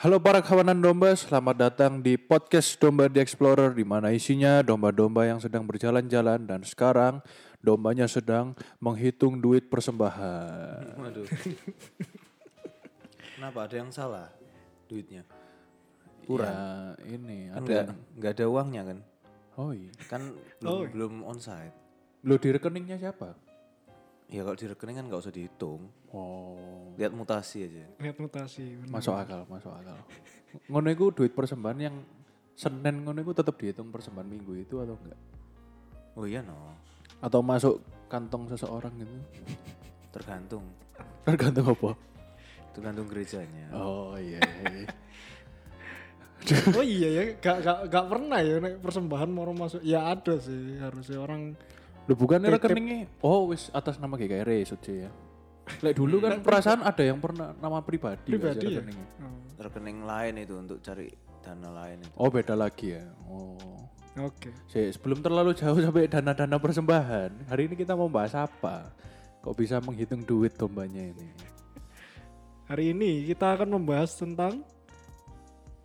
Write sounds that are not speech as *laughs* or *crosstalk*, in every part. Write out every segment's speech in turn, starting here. Halo para kawanan domba, selamat datang di podcast Domba The Explorer di mana isinya domba-domba yang sedang berjalan-jalan dan sekarang dombanya sedang menghitung duit persembahan. Waduh. Kenapa ada yang salah duitnya? Kurang Ya, Kan ini Enggak, ada. enggak ada uangnya kan? Oh iya. Kan belum, belum onsite. Lo di rekeningnya siapa? Ya kalau di rekening kan nggak usah dihitung. Oh, Lihat mutasi aja. Lihat mutasi. bener. masuk akal, masuk akal. ngono iku duit persembahan yang Senin ngono iku tetap dihitung persembahan minggu itu atau enggak? Oh iya no. Atau masuk kantong seseorang gitu? Tergantung. Tergantung apa? Tergantung gerejanya. Oh iya. iya. Oh iya ya, gak, gak, gak pernah ya nek persembahan mau masuk. Ya ada sih harusnya orang. Lu bukan rekeningnya. Oh, wis atas nama GKRI Suci ya. Lek dulu *laughs* kan perasaan ada yang pernah nama pribadi, nggak sih Pribadi ya? rekeningnya? Oh, Rekening lain itu untuk cari dana lain itu. Oh, beda lagi ya. Oh. Oke. Si, sebelum terlalu jauh *laughs* sampai dana-dana persembahan, hari ini kita mau bahas apa? Kok bisa menghitung duit dombanya ini? Hari ini kita akan membahas tentang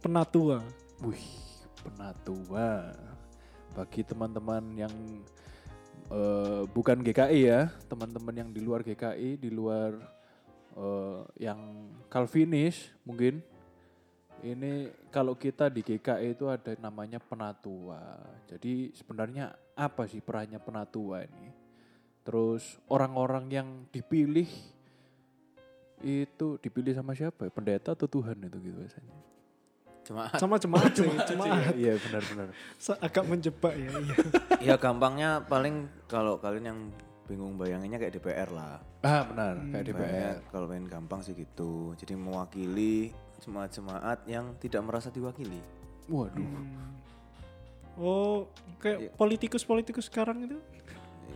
penatua. Wih, penatua. Bagi teman-teman yang eh, bukan GKI ya, teman-teman yang di luar GKI, di luar eh, yang Calvinis mungkin. Ini kalau kita di GKI itu ada namanya penatua. Jadi sebenarnya apa sih perannya penatua ini? Terus orang-orang yang dipilih itu dipilih sama siapa? ya? Pendeta atau Tuhan itu gitu biasanya? Jemaat. Sama Ah, jemaat sih, jemaat. Iya benar-benar. *laughs* Sa- Agak menjebak ya. Iya. *laughs* ya gampangnya paling kalau kalian yang bingung bayanginnya kayak DPR lah. Ah benar kayak DPR. Banyak kalau main gampang sih gitu. Jadi mewakili jemaat-jemaat yang tidak merasa diwakili. Waduh. Oh, kayak politikus-politikus sekarang itu.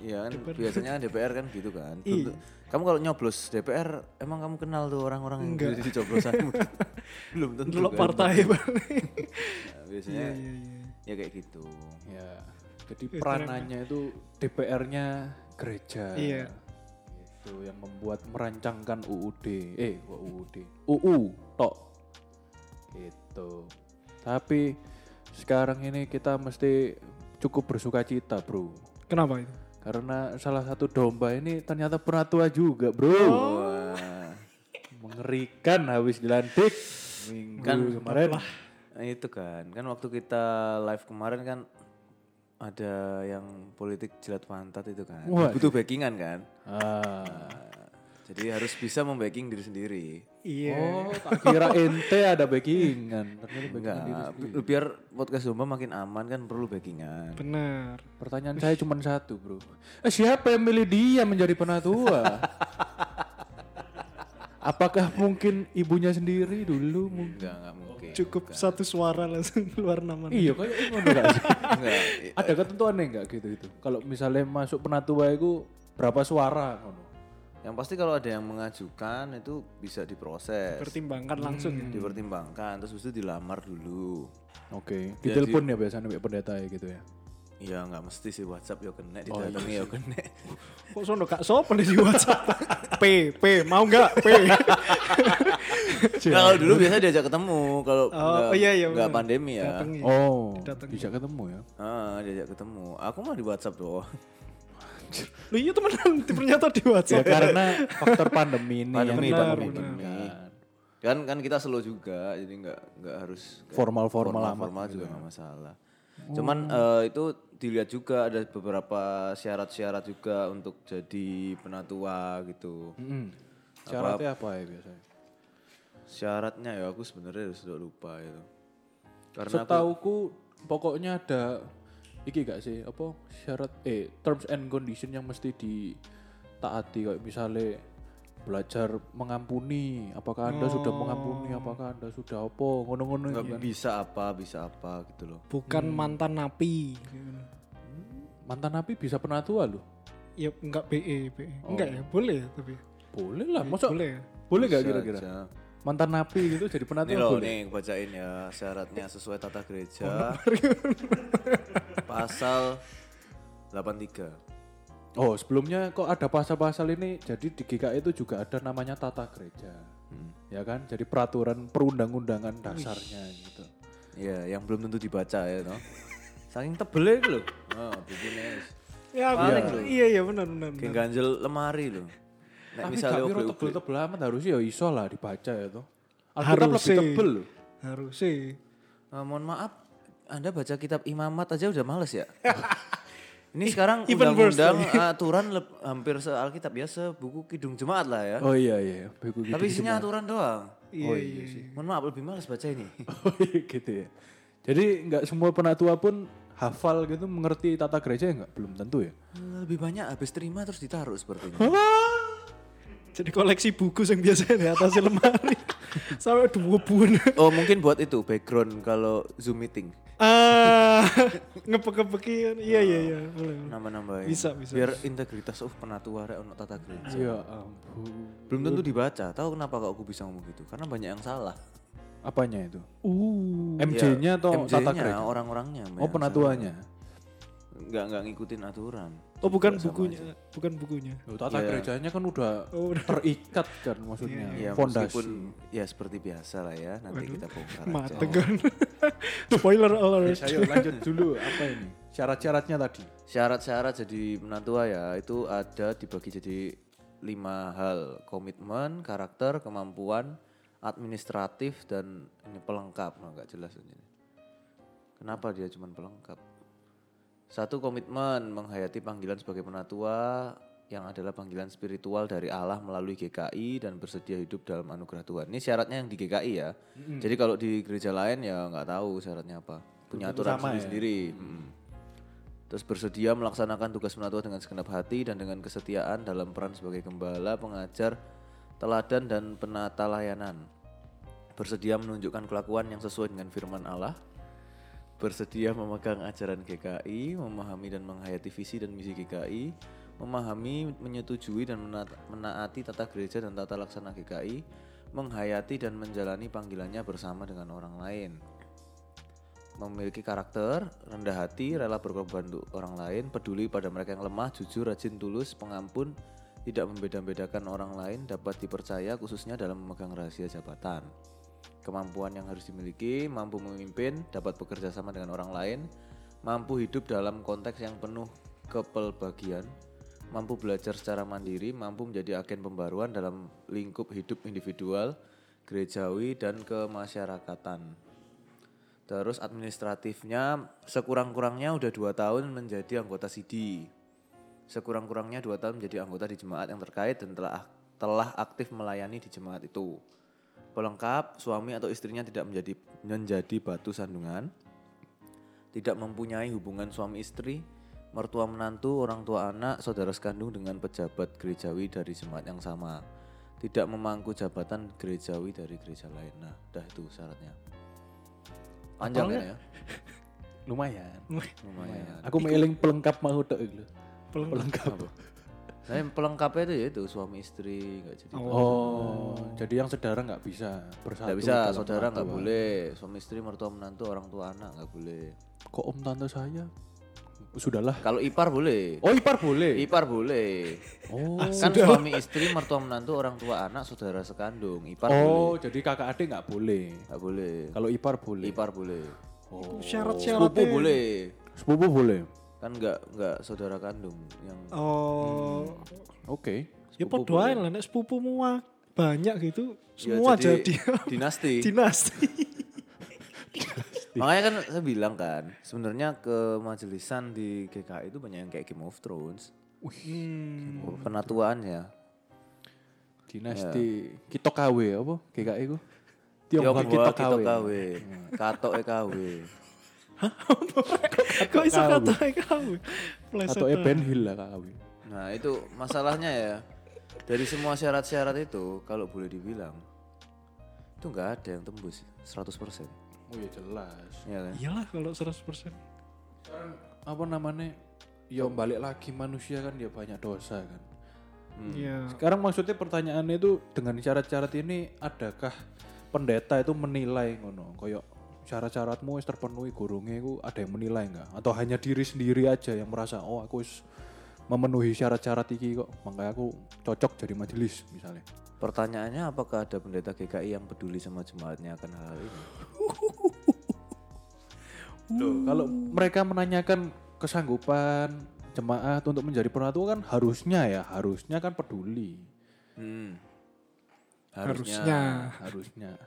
Iya kan biasanya kan DPR kan gitu kan. Tentu- Kamu kalau nyoblos DPR emang kamu kenal tuh orang-orang yang Enggak. di- di coblosanmu? Belum tentu. Dulu kan. partai ya, Bang. Nah, biasanya Iya, iya. ya kayak gitu. Ya. Jadi peranannya itu DPR-nya gereja. Iya. Itu yang membuat merancangkan UUD. Eh, kok UUD. UU tok. Gitu. Tapi sekarang ini kita mesti cukup bersuka cita, Bro. Kenapa itu? Karena salah satu domba ini ternyata penatua juga, Bro. Oh. Wah, Mengerikan habis dilantik minggu kemarin. itu kan. Kan waktu kita live kemarin kan ada yang politik jilat pantat itu kan. Wah. Butuh backingan kan. Ah. Nah, Jadi harus bisa membacking diri sendiri. Iya. Oh, tak kira ente ada backingan. Ternyata backingan diri Enggak, sendiri. bi- biar podcast domba makin aman kan perlu backingan. Benar. Pertanyaan saya cuma satu, bro. Eh, siapa yang milih dia menjadi penatua? Apakah mungkin ibunya sendiri dulu? mungkin? Enggak, enggak mungkin. Cukup satu suara langsung *laughs* keluar nama. Iya, kayak ngono nggak sih? Enggak. i- Ada ketentuannya nggak gitu itu? Kalau misalnya masuk penatua itu berapa suara? ngono? Yang pasti kalau ada yang mengajukan itu bisa diproses, Pertimbangkan langsung ya. dipertimbangkan, terus habis itu dilamar dulu. Oke, ditelepon ya biasanya Pak pendeta ya gitu ya. Ya nggak mesti sih WhatsApp ya Oh, kena, iya. didatangi ya *laughs* kena. Kok sono gak sopan di WhatsApp? P, P, mau nggak? P. Nah, Kalau dulu biasa diajak ketemu, kalau Oh, nggak- iya, iya, nggak benar. pandemi ya. Dateng ya. Oh, Datang. bisa ketemu ya. Ah, diajak ketemu. Aku mah di WhatsApp doang. Lu iya temenan ternyata di Ya WhatsApp. karena faktor pandemi Iya, ini. yang Pandemi, kita pandemi, lakukan. pandemi. Kan kan kita slow juga, jadi nggak nggak harus kayak Formal-formal amat gitu ya. Oh. formal juga nggak masalah. Cuman eh, itu dilihat juga ada beberapa syarat-syarat juga untuk jadi penatua gitu. Mm-mm. Syaratnya apa ya biasanya? Syaratnya ya aku sebenarnya sudah lupa itu. Karena Setauku pokoknya ada iki gak sih apa syarat eh terms and condition yang mesti ditaati kayak misalnya belajar mengampuni apakah anda sudah mengampuni apakah anda sudah apa ngono-ngono Hmm. nggak iki kan. bisa apa bisa apa gitu loh. Bukan mantan napi. mantan napi bisa penatua loh Ya enggak BE, BE. Enggak ya, boleh ya tapi. boleh lah masa Boleh ya. boleh nggak Iya, Bisa kira-kira aja. mantan napi gitu jadi penatua Nih loh, boleh Oh, nih aku bacain ya syaratnya sesuai tata gereja. *laughs* Pasal 83. E oh sebelumnya kok ada pasal-pasal ini jadi di GKI itu juga ada namanya tata gereja ya kan? Jadi peraturan perundang-undangan dasarnya gitu. Iya, yang belum tentu dibaca ya toh. Saking tebelnya itu loh. Oh, Heeh, bukine. Ya, aku, iya iya benar benar. benar. Kayak ganjel lemari loh. Nek ya? misalnya Tapi obrol- tebel tebel amat harusnya ya iso lah dibaca ya tuh. Alkitab Harus lebih sih. tebel loh. Harus sih. Eh, mohon maaf, Anda baca kitab imamat aja udah males *laughs* ya? Ini sekarang Even worse *laughs* undang-undang aturan leb- hampir se Alkitab ya, sebuku Kidung Jemaat lah ya. Oh iya iya, begitu Tapi isinya aturan doang. Oh, Iya, iya. Mohon maaf lebih males baca *laughs* ini. *laughs* Oh iya, gitu ya. Jadi nggak semua penatua pun hafal gitu mengerti tata gereja ya nggak? Belum tentu ya. Lebih banyak habis terima terus ditaruh sepertinya. Jadi koleksi buku yang biasanya di atas *laughs* lemari sampai dua bulan. Oh mungkin buat itu background kalau Zoom meeting Ah, ngepek-ngepekin. Iya iya iya, boleh. boleh. nama-nama Bisa, bisa. ya. Iya. biar integritas uh penatua rek ono tata gereja Ya ampun. belum tentu dibaca tahu kenapa kok aku bisa ngomong gitu karena banyak yang salah Apanya itu? Uh. MJ-nya atau tata MJ-nya, gereja? Ya, orang-orangnya Oh banyak penatuanya. yang salah. nggak nggak ngikutin aturan Oh bukan bukunya, bukan bukunya. Loh, Iya. tata gerejanya kan udah Oh, udah. terikat kan maksudnya ya fondasi. meskipun ya seperti biasa lah ya nanti kita bongkar aja Mateng kan. *laughs* Spoiler alert. Ayo lanjut dulu apa ini? Syarat-syaratnya tadi. syarat-syarat jadi penatua ya itu ada dibagi jadi lima hal komitmen karakter kemampuan administratif dan ini pelengkap Nah, nggak jelas ini kenapa dia cuma pelengkap satu komitmen menghayati panggilan sebagai penatua yang adalah panggilan spiritual dari Allah melalui GKI dan bersedia hidup dalam anugerah Tuhan. Ini syaratnya yang di GKI ya. Jadi kalau di gereja lain ya nggak tahu syaratnya apa. Punya aturan sendiri. Terus bersedia melaksanakan tugas penatua dengan segenap hati dan dengan kesetiaan dalam peran sebagai gembala, pengajar, teladan dan penata layanan. Bersedia menunjukkan kelakuan yang sesuai dengan firman Allah. Bersedia memegang ajaran GKI, memahami dan menghayati visi dan misi GKI, memahami, menyetujui dan mena- menaati tata gereja dan tata laksana GKI, menghayati dan menjalani panggilannya bersama dengan orang lain memiliki karakter, rendah hati, rela berkorban untuk orang lain, peduli pada mereka yang lemah, jujur, rajin, tulus, pengampun, tidak membeda-bedakan orang lain, dapat dipercaya khususnya dalam memegang rahasia jabatan. Kemampuan yang harus dimiliki, mampu memimpin, dapat bekerja sama dengan orang lain, mampu hidup dalam konteks yang penuh kepelbagian, mampu belajar secara mandiri, mampu menjadi agen pembaruan dalam lingkup hidup individual, gerejawi, dan kemasyarakatan. Terus administratifnya sekurang-kurangnya udah dua tahun menjadi anggota CD. Sekurang-kurangnya dua tahun menjadi anggota di jemaat yang terkait dan telah telah aktif melayani di jemaat itu. Pelengkap suami atau istrinya tidak menjadi menjadi batu sandungan. Tidak mempunyai hubungan suami istri, mertua menantu, orang tua anak, saudara sekandung dengan pejabat gerejawi dari jemaat yang sama. Tidak memangku jabatan gerejawi dari gereja lain. Nah, dah itu syaratnya. Panjang kan ya? *laughs* Lumayan. Lumayan. Aku mailing pelengkap mau tok lho. Pelengkap. Nah, yang pelengkapnya itu ya itu suami istri nggak jadi. Oh, jadi yang saudara nggak bisa bersatu. Nggak bisa, dalam saudara nggak penatua. boleh, suami istri, mertua menantu, orang tua anak nggak boleh. Kok om tante saya? Sudahlah. Kalau ipar boleh. Oh ipar boleh. Ipar boleh. Oh. kan suami istri, mertua menantu, orang tua anak, saudara sekandung. Ipar boleh. Oh, jadi kakak adik nggak boleh. Nggak boleh. Kalau ipar boleh. Oh. Ipar boleh. Sepupu Syarat-syaratnya. boleh. Sepupu boleh. Kan nggak nggak saudara kandung yang Oh. Oke. Ya podo ae lah nek sepupumu wah, banyak gitu Ya, semua jadi, dinasti. *laughs* dinasti. Makanya kan saya bilang kan, sebenarnya kemajelisan di GKI itu banyak yang kayak Game of Thrones. Hmm. Penatuaannya. Iya. Dinasti Kitok KW apa? GKI ku. Tionghoa Tionghoa Kitok kita KW. KW. Katok e KW. Kok iso kata kamu? Atau Pleset. Ben Hill lah KW. Nah itu masalahnya ya. Dari semua syarat-syarat itu, kalau boleh dibilang, itu nggak ada yang tembus 100%. Oh ya jelas. Iya kan? Iyalah kalau 100%. Apa namanya? Ya balik lagi manusia kan ya banyak dosa kan. Iya. Sekarang maksudnya pertanyaannya itu dengan syarat-syarat ini adakah pendeta itu menilai ngono? Koyok syarat-syaratmu wis terpenuhi gurunge iku ada yang menilai enggak atau hanya diri sendiri aja yang merasa oh aku wis memenuhi syarat-syarat iki kok makanya aku cocok jadi majelis misalnya Pertanyaannya apakah ada pendeta GKI yang peduli sama jemaatnya akan hal ini? Loh, kalau mereka menanyakan kesanggupan jemaat untuk menjadi penatua kan harusnya ya harusnya kan peduli Hmm. harusnya harusnya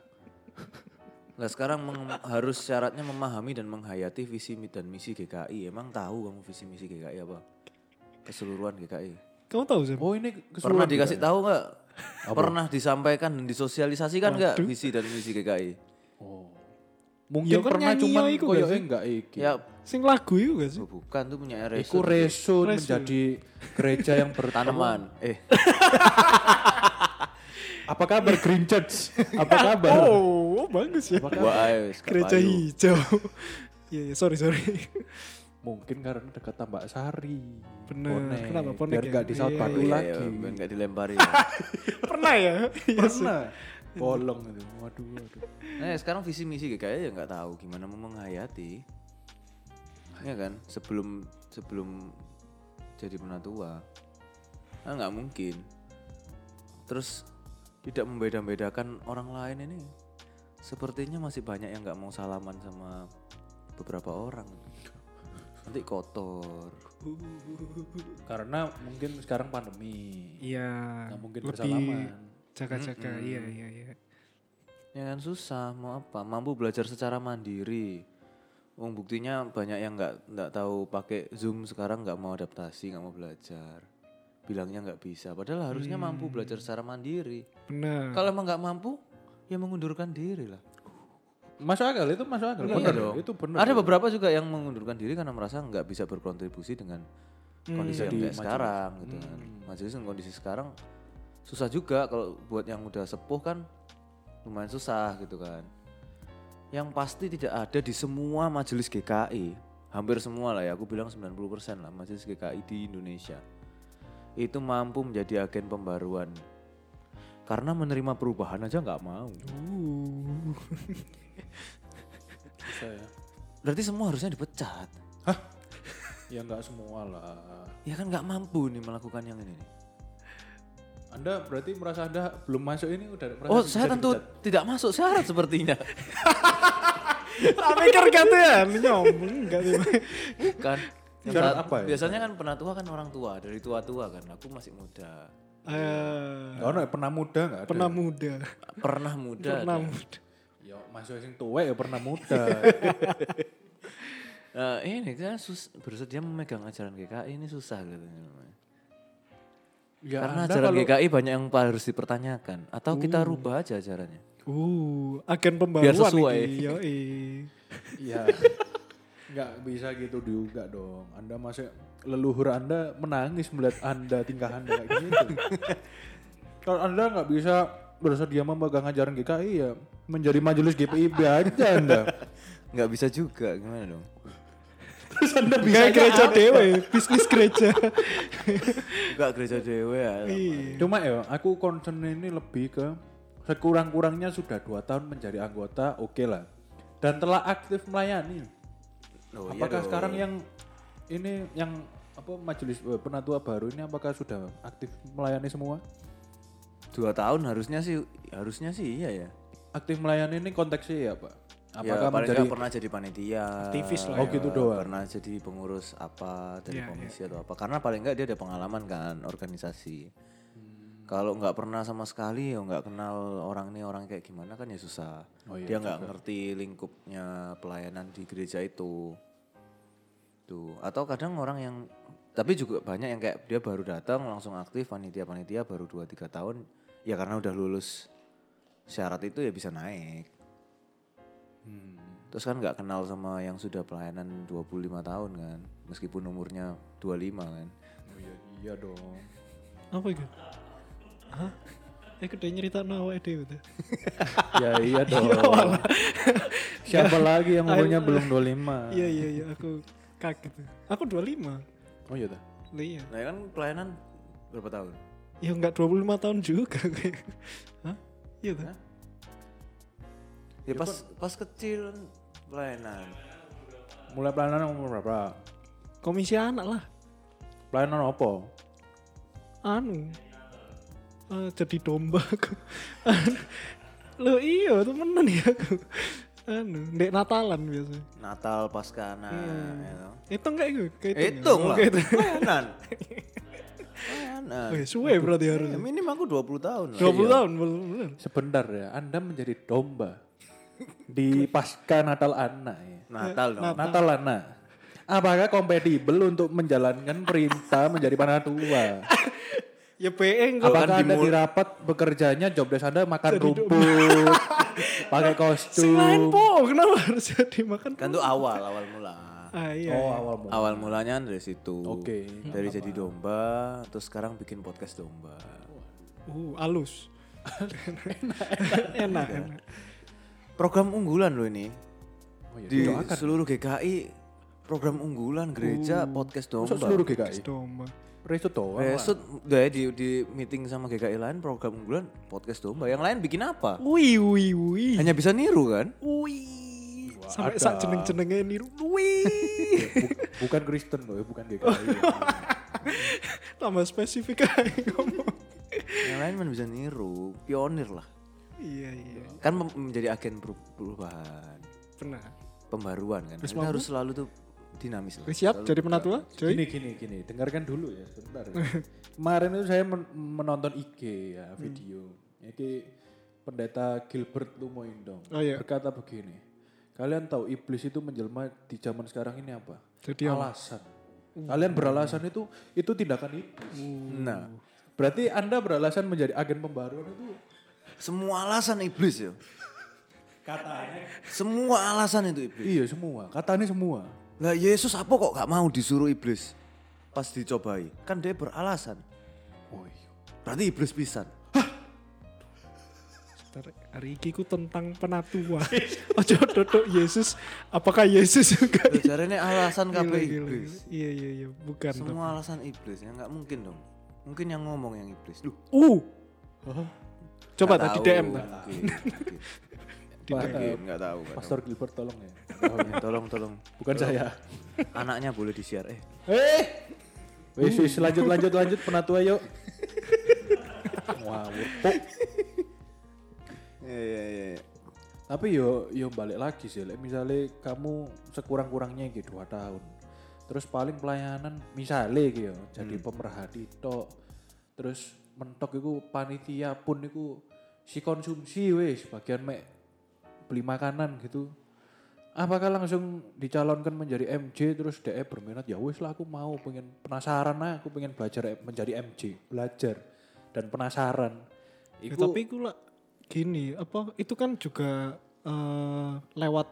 Nah sekarang meng- harus syaratnya memahami dan menghayati visi mi- dan misi GKI. Emang tahu kamu visi misi GKI apa? Keseluruhan GKI. kamu tahu sih oh ini Pernah keseluruhan dikasih juga ya? tahu nggak? Pernah disampaikan dan disosialisasikan nggak visi dan misi GKI? oh. mungkin Ya kan pernah nyanyi cuman ya iku koyoknya gak sih? enggak iki Ya sing lagu itu gak sih bukan tuh punya Iku Ereson. resun Resun. menjadi gereja yang bertanaman. Tanaman. Eh Apa kabar Green *laughs* Church? Apa kabar? oh bagus ya Eh, gua ayo, wis, gak gereja payu. hijau iya iya, sorry *laughs* sorry Mungkin karena dekat Tambak Sari. Bener. Bonek. Kenapa bonek Biar ya? gak di South Iya, Badu Iya, lagi. iya, biar nggak dilempari. pernah ya Iya sih. Pernah. Bolong itu. Waduh, waduh. Nah sekarang visi misi GKI ya nggak tahu gimana mau menghayati. Ya kan sebelum sebelum jadi penatua, nah, nggak mungkin. Terus tidak membeda-bedakan orang lain ini. Sepertinya masih banyak yang nggak mau salaman sama beberapa orang. Nanti kotor. Karena mungkin sekarang pandemi. iya Nggak mungkin lebih bersalaman. Hmm, jaga-jaga iya iya iya Ya kan susah mau apa? Mampu belajar secara mandiri. Wong buktinya banyak yang nggak nggak tahu pakai Zoom sekarang nggak mau adaptasi nggak mau belajar. Bilangnya nggak bisa. Padahal harusnya mampu belajar secara mandiri. benar Kalau emang nggak mampu, ya mengundurkan diri lah. Masuk akal itu masuk akal. Iya Bener, dong. Itu bener. Ada beberapa juga yang mengundurkan diri karena merasa nggak bisa berkontribusi dengan kondisi yang kayak sekarang gitu kan. Majelis dengan kondisi sekarang susah juga kalau buat yang udah sepuh kan lumayan susah gitu kan. Yang pasti tidak ada di semua majelis GKI, hampir semua lah ya, aku bilang 90% lah majelis GKI di Indonesia. Itu mampu menjadi agen pembaruan. Karena menerima perubahan aja nggak mau. Uh. Susah ya. Berarti semua harusnya dipecat. Ya nggak semua lah. Ya kan nggak mampu nih melakukan yang ini. nih. Anda berarti merasa Anda belum masuk ini udah merasa Oh, bisa saya tentu dipecat. tidak masuk syarat *laughs* sepertinya. tak mikir katean nyombong enggak sih kan Syarat Biasa- apa ya? biasanya kan penatua kan orang tua dari tua tua kan aku masih muda Eh, Nggak ono ya, pernah muda nggak ada. pernah muda pernah muda pernah ada. muda Ya masuk sing tuwek ya pernah muda. Nah, ini kan sus- bersedia memegang ajaran GKI ini susah katanya *laughs* Ya, karena Anda ajaran kalau- Hmm. GKI banyak yang harus dipertanyakan atau kita rubah aja ajarannya uh agen pembaruan sesuai. iki, yoi. Iya. Nggak bisa gitu juga dong. Anda masih leluhur Anda menangis melihat Anda tingkah Anda kayak gitu. *laughs* Kalau Anda nggak bisa bersedia memegang ajaran GKI ya menjadi majelis GPIB aja Anda. nggak bisa juga gimana dong Terus Anda bisa Kayak gereja dewe bisnis gereja nggak gereja dewe ya *laughs* Cuma ya, aku concern ini lebih ke sekurang-kurangnya sudah dua tahun menjadi anggota, oke lah. Dan telah aktif melayani. Oh, iya apakah dong. sekarang yang ini yang apa majelis eh, penatua baru ini apakah sudah aktif melayani semua? dua tahun harusnya sih harusnya sih iya ya Aktif melayani ini konteksnya ya, Pak. Ya, Apakah paling menjadi nggak pernah jadi panitia Aktivis lah Oh, ya. gitu doang. pernah jadi pengurus apa dari Iya, komisi atau apa karena paling nggak dia ada pengalaman kan organisasi Hmm. kalau nggak pernah sama sekali ya nggak kenal orang ini orang kayak gimana kan ya susah Oh, iya dia nggak ngerti lingkupnya pelayanan di gereja itu tuh atau kadang orang yang tapi juga banyak yang kayak dia baru datang langsung aktif panitia panitia baru 2-3 tahun ya karena udah lulus syarat itu ya bisa naik Hmm, Terus kan nggak kenal sama yang sudah pelayanan 25 tahun kan, meskipun umurnya 25 kan. Oh, iya, iya dong. apa itu Hah? Eh, udah nyerita nawa dewe tuh. ya *laughs* iya dong. Siapa lagi yang umurnya belum 25? Iya iya iya aku kaget. Aku 25. Oh iya dah. Lah iya. Nah kan pelayanan berapa tahun? Ya enggak 25 tahun juga *laughs* kayak. Hah? Iya tuh. Ya pas pas kecil kan pelayanan. Mulai pelayanan umur berapa? Komisi anak lah. Pelayanan apa? anu eh, jadi domba aku *laughs* lo iya temenan ya aku anu dek Natalan biasa Natal pasca nah gitu. itu enggak itu Hitung Oh, lah. *laughs* Layanan. *laughs* Layanan. Oke, suwe berarti harus Ya, minim aku 20 tahun lah. 20 tahun belum bener. Sebentar ya, Anda menjadi domba di pasca Natal Ana ya. Natal dong. Natal Ana. Apakah kompatibel untuk menjalankan perintah menjadi panatua? ya PE enggak Apakah Anda di rapat bekerjanya jobdesk Anda makan rumput, pakai Sing lain kostum? po kenapa harus jadi makan Kan tuh awal, awal mula. ah iya Oh, awal mula. Awal mulanya dari situ. Oke. Dari jadi domba, terus sekarang bikin podcast domba. uh alus enak enak Program unggulan loh ini. Oh, iya, Di doakan. seluruh GKI program unggulan gereja podcast domba. Masa Hmm. seluruh GKI? domba Restu doang. lah. Besok deh di, di meeting sama GKI lain program unggulan podcast domba. Yang lain bikin apa? wui wui wui Hanya bisa niru kan? wui sampai ada. sak jeneng jenengnya niru wui *laughs* Bu- bukan Kristen loh, ya, bukan GKI. tambah spesifik aja ngomong Yang lain mana bisa niru, pionir lah. iya iya Kan mem- menjadi agen peru- perubahan, benar pembaruan kan. Kita harus selalu tuh dinamis lah. Oke, siap jadi penatua coy gini gini gini, dengarkan dulu ya sebentar. *laughs* Ya. Kemarin itu saya men- menonton IG Hmm. ya video. Ini pendeta Gilbert Lumoindong Oh, iya. berkata begini. Kalian tahu iblis itu menjelma di zaman sekarang ini apa? Jadi apa? Hmm. alasan. Kalian beralasan itu itu tindakan iblis. Nah, Berarti Anda beralasan menjadi agen pembaruan itu semua alasan iblis ya. katanya. Semua alasan itu iblis. Iya semua, katanya semua. Lah Yesus apa kok gak mau disuruh iblis? Pas dicobai, kan dia beralasan. Oh iya. Berarti iblis pisan. Bentar, hari ini ku tentang penatua *laughs* ojo dodok Yesus apakah Yesus juga Loh, Jarene alasan Gila, kabeh gila, iblis. gila. iya iya iya bukan Semua alasan iblis ya nggak mungkin dong. Mungkin yang ngomong yang iblis. Duh, uh coba nggak tadi tahu, DM nggak tadi. mungkin, Pa- Mungkin nggak tahu. nggak tahu. Pastor Gilbert tolong ya. Tolong tolong. Bukan saya. Anaknya boleh di-share eh. Eh. Wis wis lanjut lanjut lanjut penatua yuk. Wah, wepuk. Iya iya iya. Tapi yo yo balik lagi sih. like Misalnya kamu sekurang-kurangnya gitu 2 tahun. Terus paling pelayanan misalnya gitu jadi Hmm. pemerhati tok. Terus mentok itu panitia pun itu si konsumsi wes bagian mek beli makanan gitu. Apakah langsung dicalonkan menjadi MJ terus DE berminat ya wes lah aku mau pengen penasaran lah aku pengen belajar menjadi MJ belajar dan penasaran. Ya, Iku tapi gula gini apa itu kan juga eh, lewat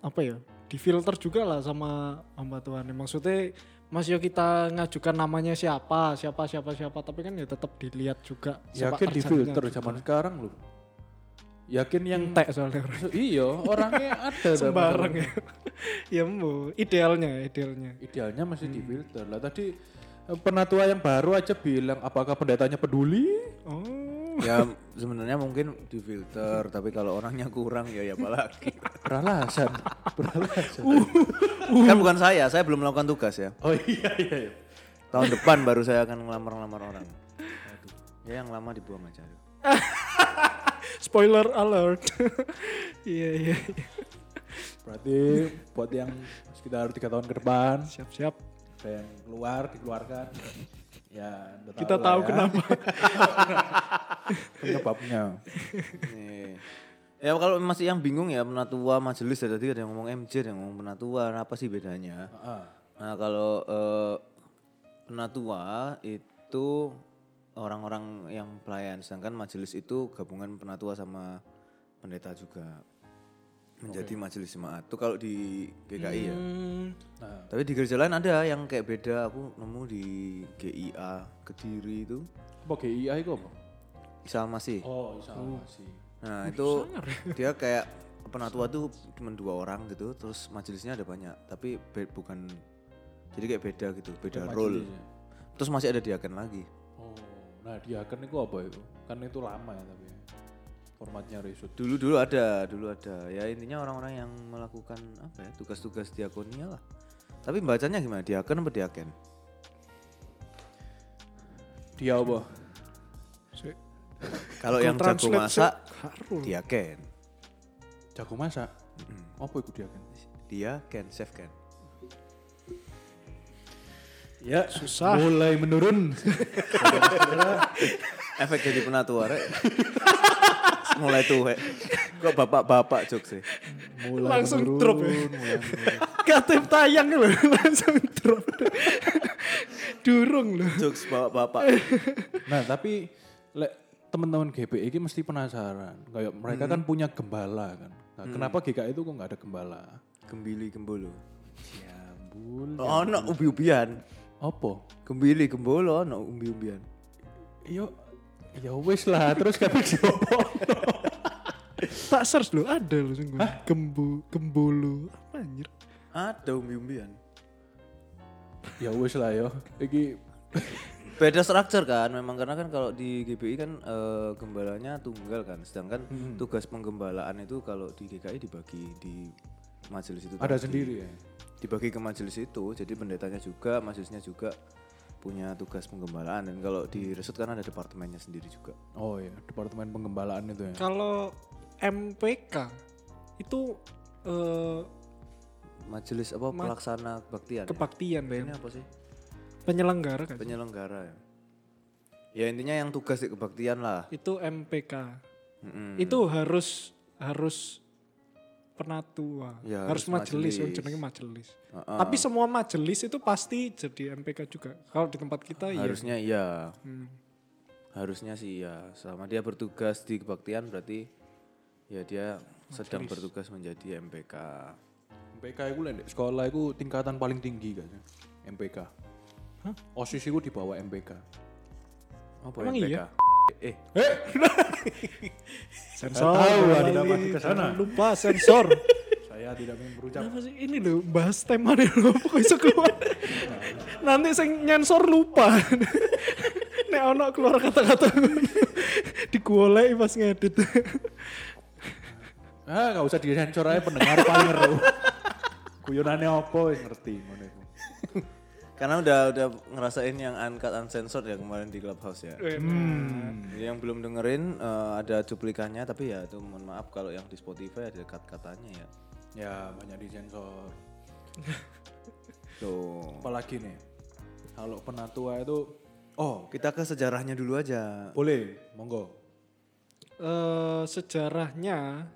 apa ya difilter juga lah sama hamba Tuhan maksudnya Mas yo kita ngajukan namanya siapa siapa siapa siapa tapi kan ya tetap dilihat juga sepak yakin di terjangnya filter juga. Ya, zaman sekarang loh yakin yang entek soalnya *laughs* iya orangnya ada dalam sembarang hal ya *laughs* ya mbo idealnya idealnya ini. idealnya masih di Hmm. filter lah tadi eh, penatua yang baru aja bilang apakah pendetanya peduli oh Ya sebenarnya mungkin di filter, tapi kalau orangnya kurang ya ya apalagi. *laughs* beralasan beralasan Uh. kan bukan saya, saya belum melakukan tugas ya. oh iya iya iya. Tahun depan baru saya akan ngelamar-ngelamar orang. Ya yang lama dibuang aja. spoiler alert *laughs* iya iya iya. berarti buat yang sekitar tiga tahun ke depan siap siap ada yang keluar dikeluarkan ya Anda kita lah tahu ya, kenapa *laughs* *laughs* penyebabnya Nih. Ya kalau masih yang bingung ya penatua majelis ya tadi ada yang ngomong MJ, ada yang ngomong penatua, nah, apa sih bedanya? Ah, Nah kalau eh, penatua itu orang-orang yang pelayan, sedangkan majelis itu gabungan penatua sama pendeta juga menjadi majelis jemaat. Itu kalau di GKI ya. nah Tapi di gereja lain ada yang kayak beda. Aku nemu di GIA Kediri itu, apa GIA itu apa Isal masih. oh insyaallah sih Nah itu dia kayak penatua tuh cuma dua orang gitu, terus majelisnya ada banyak, tapi be- bukan jadi kayak beda gitu, beda role. Terus masih ada diaken lagi. Oh, nah diaken itu apa itu? Kan itu lama ya tapi ya. formatnya resut. Dulu dulu ada, dulu ada. Ya intinya orang-orang yang melakukan apa ya tugas-tugas diakonia lah. Tapi bacanya gimana? Diaken apa diaken? Dia apa? Sik. Kalau yang jago Translate, masak, sik. Karo. dia Ken. Jago masak. Apa iku dia kan? Dia Ken, Chef Ken. *laughs* Ya, Susah. Mulai menurun. Efek jadi penatua rek. *laughs* Mulai tuh Kok bapak-bapak jok sih? mulai Langsung menurun, drop ya. mulai menurun. Katip tayang loh langsung drop. *laughs* Durung loh. Jokes bapak-bapak. Nah, tapi lek teman-teman GPI ini mesti penasaran. Kayak mereka kan punya gembala kan. Nah, Kenapa GKI itu kok nggak ada gembala? Gembili gembolo. Ya, bul. Oh, no ubi-ubian. Apa? Gembili gembolo, no ubi-ubian. Yo, ya wis lah. Terus *laughs* kabeh diopo? Tak search loh ada loh sungguh. Gembu, gembulu. Apa anjir? Ada umbi-umbian. ya wis lah yo. *laughs* Iki Beda struktur kan, memang karena kan kalau di GBI kan eh, gembalanya tunggal kan, sedangkan tugas penggembalaan itu kalau di GKI dibagi di majelis itu. ada tadi. sendiri ya. Dibagi ke majelis itu, jadi pendetanya juga, majelisnya juga punya tugas penggembalaan dan kalau di resut kan ada departemennya sendiri juga. Oh ya, departemen penggembalaan itu ya. Kalau MPK itu eh, Majelis apa pelaksana kebaktian? ya? kebaktian Ini Ben. apa sih? Penyelenggara kan. Penyelenggara ya. Ya intinya yang tugas di kebaktian lah. Itu MPK. Mm-mm. Itu harus harus penatua. Ya, harus harus majelis, oh, majelis. jenenge majelis. Heeh. Tapi semua majelis itu pasti jadi MPK juga. Kalau di tempat kita ya. Harusnya Oh, iya. Hmm. Harusnya sih ya, selama dia bertugas di kebaktian berarti ya dia sedang bertugas menjadi MPK. MPK iku lek ndek sekolah iku tingkatan paling tinggi kan. MPK. Hah? OSIS iku di bawah MPK. Apa Emang MPK? iya? Eh, Sensor. tahu ada kembali. apa di kesana. Jangan Lupa sensor. Saya tidak ingin berucap. Kenapa sih ini loh bahas tema nih loh kok iso keluar. Nanti sing nyensor lupa. Nek ono keluar kata-kata digoleki pas ngedit. Ah, gak usah disensor aja pendengar paling ngeru. *laughs* Guyonane apa wis ngerti ngono iku. karena udah udah ngerasain yang uncut uncensored ya kemarin di Clubhouse ya. Hmm. Jadi Yang belum dengerin eh, ada cuplikannya tapi ya itu mohon maaf kalau yang di Spotify ada cut-katanya ya. Ya, banyak disensor. Tuh. Apalagi nih. Kalau penatua itu oh, Kita ke sejarahnya dulu aja. boleh, monggo. Eh, sejarahnya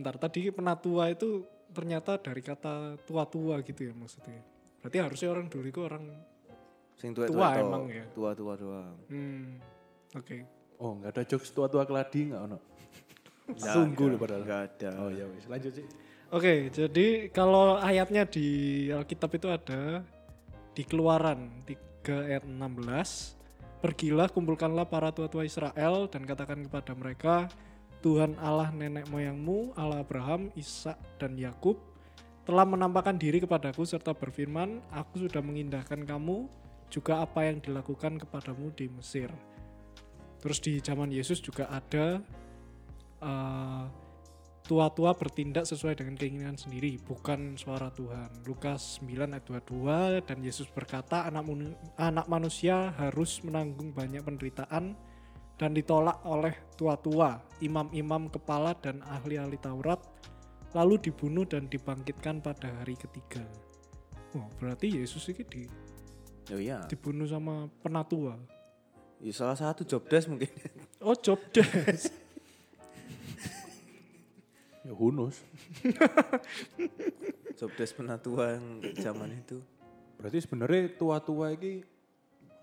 ntar tadi penatua itu ternyata dari kata tua-tua gitu ya maksudnya. Berarti harusnya orang dulu itu orang Sing tua Tua tua emang ya. Tua tua doang. hmm, oke. Oh, nggak ada jokes tua-tua keladi nggak ono. Sungguh loh padahal. Enggak ada. Oh ya wis, lanjut sih. Oke, jadi kalau ayatnya di Alkitab itu ada di Keluaran 3 ayat 16, pergilah kumpulkanlah para tua-tua Israel dan katakan kepada mereka, Tuhan Allah nenek moyangmu, Allah Abraham, Ishak dan Yakub telah menampakkan diri kepadaku serta berfirman, aku sudah mengindahkan kamu juga apa yang dilakukan kepadamu di Mesir. Terus di zaman Yesus juga ada eh, tua-tua bertindak sesuai dengan keinginan sendiri, bukan suara Tuhan. Lukas 9 ayat 22 dan Yesus berkata, anak, munu- anak manusia harus menanggung banyak penderitaan dan ditolak oleh tua-tua, imam-imam kepala dan ahli-ahli Taurat, lalu dibunuh dan dibangkitkan pada hari ketiga. Wah, berarti Yesus ini di- Oh iya. dibunuh sama penatua. Ya, salah satu job desk mungkin. *laughs* Oh, job desk. Ya hunus. job desk penatua yang zaman itu. Berarti sebenarnya tua-tua ini